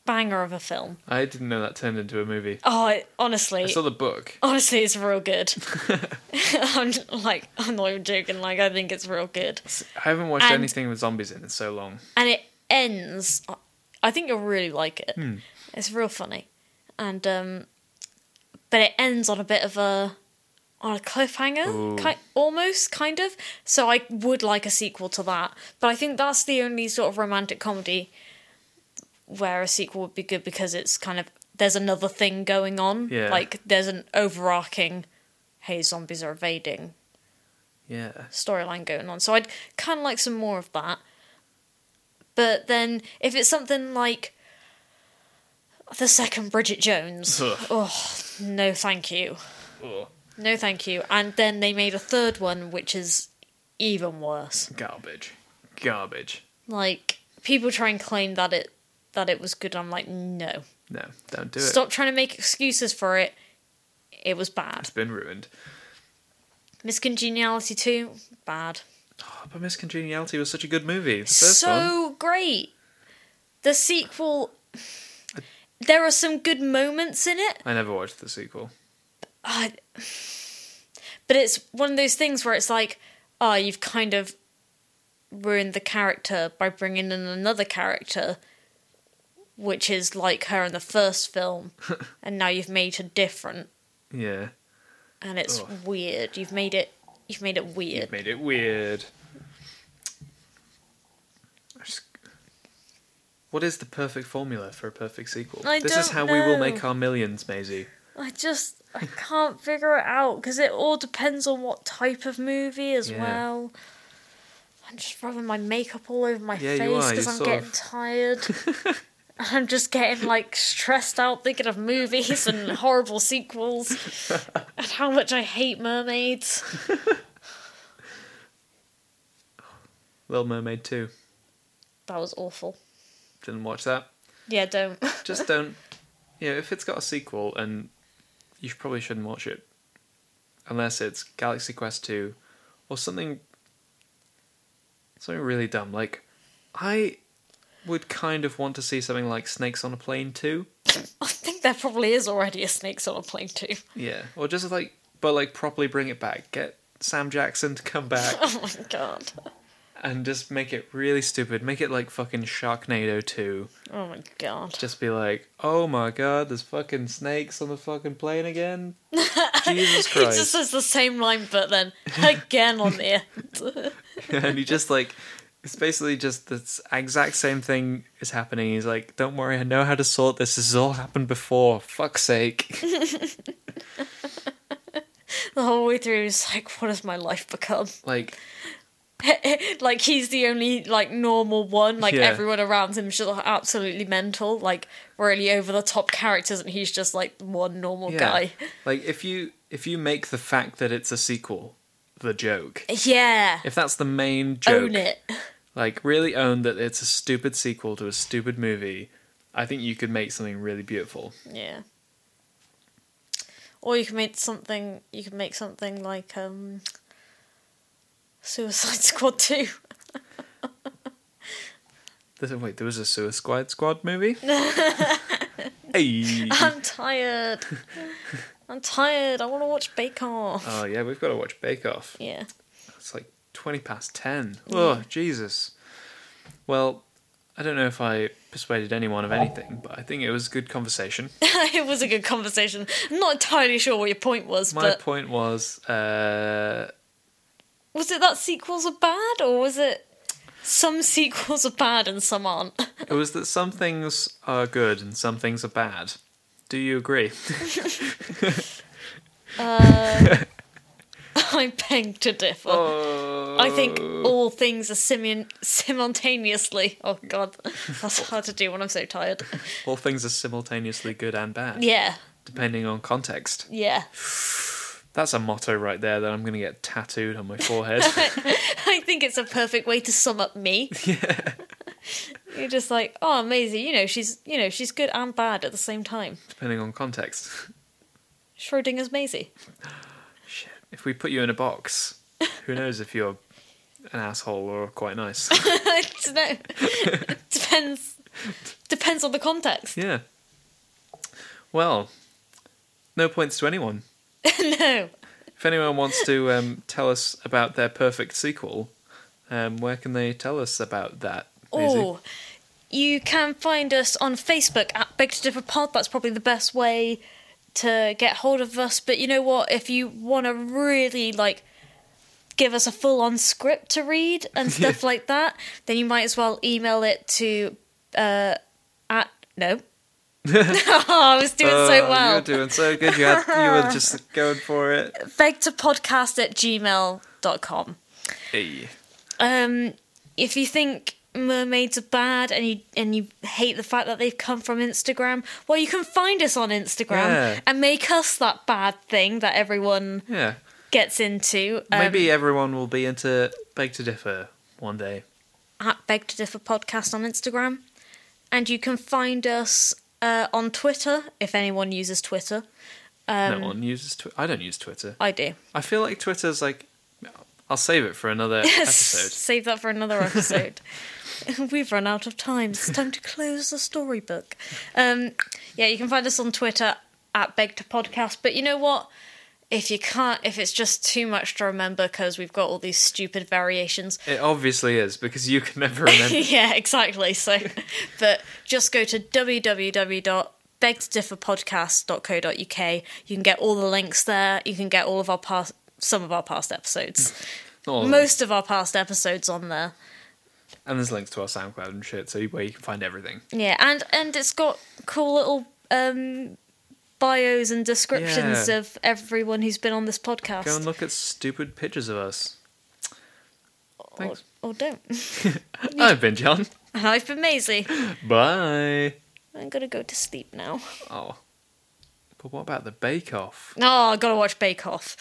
banger of a film. I didn't know that turned into a movie. Oh, it, honestly. I saw the book. Honestly, it's real good. *laughs* I'm like, I'm not even joking. Like, I think it's real good. I haven't watched And- anything with zombies in in so long. and it ends. I think you'll really like it. Hmm. It's real funny, and um, but it ends on a bit of a on a Ooh. cliffhanger, ki- almost kind of. So I would like a sequel to that, but I think that's the only sort of romantic comedy where a sequel would be good because it's kind of there's another thing going on. Yeah. Like there's an overarching, hey, zombies are invading Yeah. storyline going on. So I'd kind of like some more of that. But then if it's something like the second Bridget Jones. Ugh. Oh, no, thank you. Ugh, No, thank you. And then they made a third one, which is even worse. garbage, garbage. Like people try and claim that it that it was good. I'm like, no, No, don't do it. stop trying to make excuses for it. It was bad. It's been ruined. Miss Congeniality too bad. Oh, but Miss Congeniality was such a good movie. The first one. so great. The sequel. There are some good moments in it, I never watched the sequel. uh, but it's one of those things where it's like, oh, you've kind of ruined the character by bringing in another character, which is like her in the first *laughs* film, and now you've made her different, Yeah, and it's Ugh. weird. You've made it. You've made it weird. made it weird. I just- What is the perfect formula for a perfect sequel? I this is don't how we will know. make our millions, Maisie. I just I can't figure it out because it all depends on what type of movie as Yeah. well. I'm just rubbing my makeup all over my Yeah, you face are, because you I'm sort getting of- tired. *laughs* I'm just getting like stressed out thinking of movies *laughs* and horrible sequels and how much I hate mermaids. Little Mermaid 2. That was awful. Didn't watch that. Yeah, don't. *laughs* Just don't. You know, if it's got a sequel, and you sh- probably shouldn't watch it. Unless it's Galaxy Quest 2 or something. Something really dumb. Like, I would kind of want to see something like Snakes on a Plane 2. I think there probably is already a snakes on a plane too. *laughs* Yeah. Or just like. But like, properly bring it back. Get Sam Jackson to come *laughs* back Oh my god. and just make it really stupid. Make it like fucking Sharknado 2. Oh my god. just be like, oh my god, there's fucking snakes on the fucking plane again. Jesus He just Christ. says the same line, but then again on *laughs* the end. and he just like, it's basically just the s- exact same thing is happening. He's like, don't worry, I know how to sort this. This has all happened before. Fuck's sake. the whole way through he's like what has my life become *laughs* like, like he's the only like normal one like Yeah. everyone around him is just absolutely mental like really over the top characters and he's just like one normal yeah. guy *laughs* Like, if you if you make the fact that it's a sequel the joke, yeah if that's the main joke, own it like really own that it's a stupid sequel to a stupid movie, I think you could make something really beautiful. yeah or you can make something you can make something like um suicide *laughs* squad 2 This, wait, there was a Suicide Squad *laughs* movie? hey. i'm *laughs* tired i'm tired i want to watch bake off Oh, yeah, we've got to watch Bake Off. yeah It's like 20 past 10. Oh, Jesus. Well, I don't know if I persuaded anyone of anything, but I think it was a good conversation. *laughs* it was a good conversation. I'm not entirely sure what your point was, My but point was uh, was it that sequels are bad, or was it some sequels are bad and some aren't? *laughs* it was that some things are good and some things are bad. Do you agree? I beg to differ. Oh. I think all things are simeon- simultaneously. Oh god, that's hard to do when I'm so tired. all things are simultaneously good and bad, Yeah, depending on context. yeah. *laughs* That's a motto right there that I'm going to get tattooed on my *laughs* forehead. *laughs* I think it's a perfect way to sum up me. Yeah. You're just like, oh, Maisie. You know, she's you know she's good and bad at the same time. depending on context. Schrodinger's Maisie. Shit. If we put you in a box, who knows if you're an asshole or quite *laughs* nice. I don't know. *laughs* depends. Depends on the context. *laughs* yeah. Well, no points to anyone. no. If anyone wants to um, tell us about their perfect sequel, um, where can they tell us about that? Maisie? Or Oh, you can find us on Facebook at Big to Differ Pod. That's probably the best way to get hold of us. But you know what? If you want to really like give us a full on script to read and stuff like that, then you might as well email it to uh, at no. *laughs* I was doing so Oh, well. Uh, You're doing so good. You, had, you were *laughs* just going for it. Beg to podcast at gmail.com. Hey. Um, if you think mermaids are bad and you and you hate the fact that they've come from Instagram. Well, you can find us on Instagram Yeah. and make us that bad thing that everyone Yeah. gets into. Um, Maybe everyone will be into Beg to Differ one day. at Beg to Differ podcast on Instagram, and you can find us uh, on Twitter if anyone uses Twitter. Um, no one uses Twitter. I don't use Twitter. I do. I feel like Twitter's like. I'll save it for another *laughs* episode. Save that for another episode. *laughs* *laughs* We've run out of time. It's time to close the storybook. Um, yeah, you can find us on Twitter at Beg to Podcast. But you know what? If you can't, if it's just too much to remember because we've got all these stupid variations, It obviously is because you can never remember. *laughs* yeah, *laughs* exactly. So, but just go to www.begtodifferpodcast.co.uk. You can get all the links there. You can get all of our past, some of our past episodes, all of them. most of our past episodes on there. And there's links to our SoundCloud and shit, so where you can find everything. Yeah, and and it's got cool little um, bios and descriptions Yeah. of everyone who's been on this Go and podcast, look at stupid pictures of *laughs* us. or, Thanks. or don't. *laughs* I've been John. And I've been Maisie. Bye. I'm gonna go to sleep now. *laughs* Oh. But what about the Bake Off? Oh, I gotta watch Bake Off.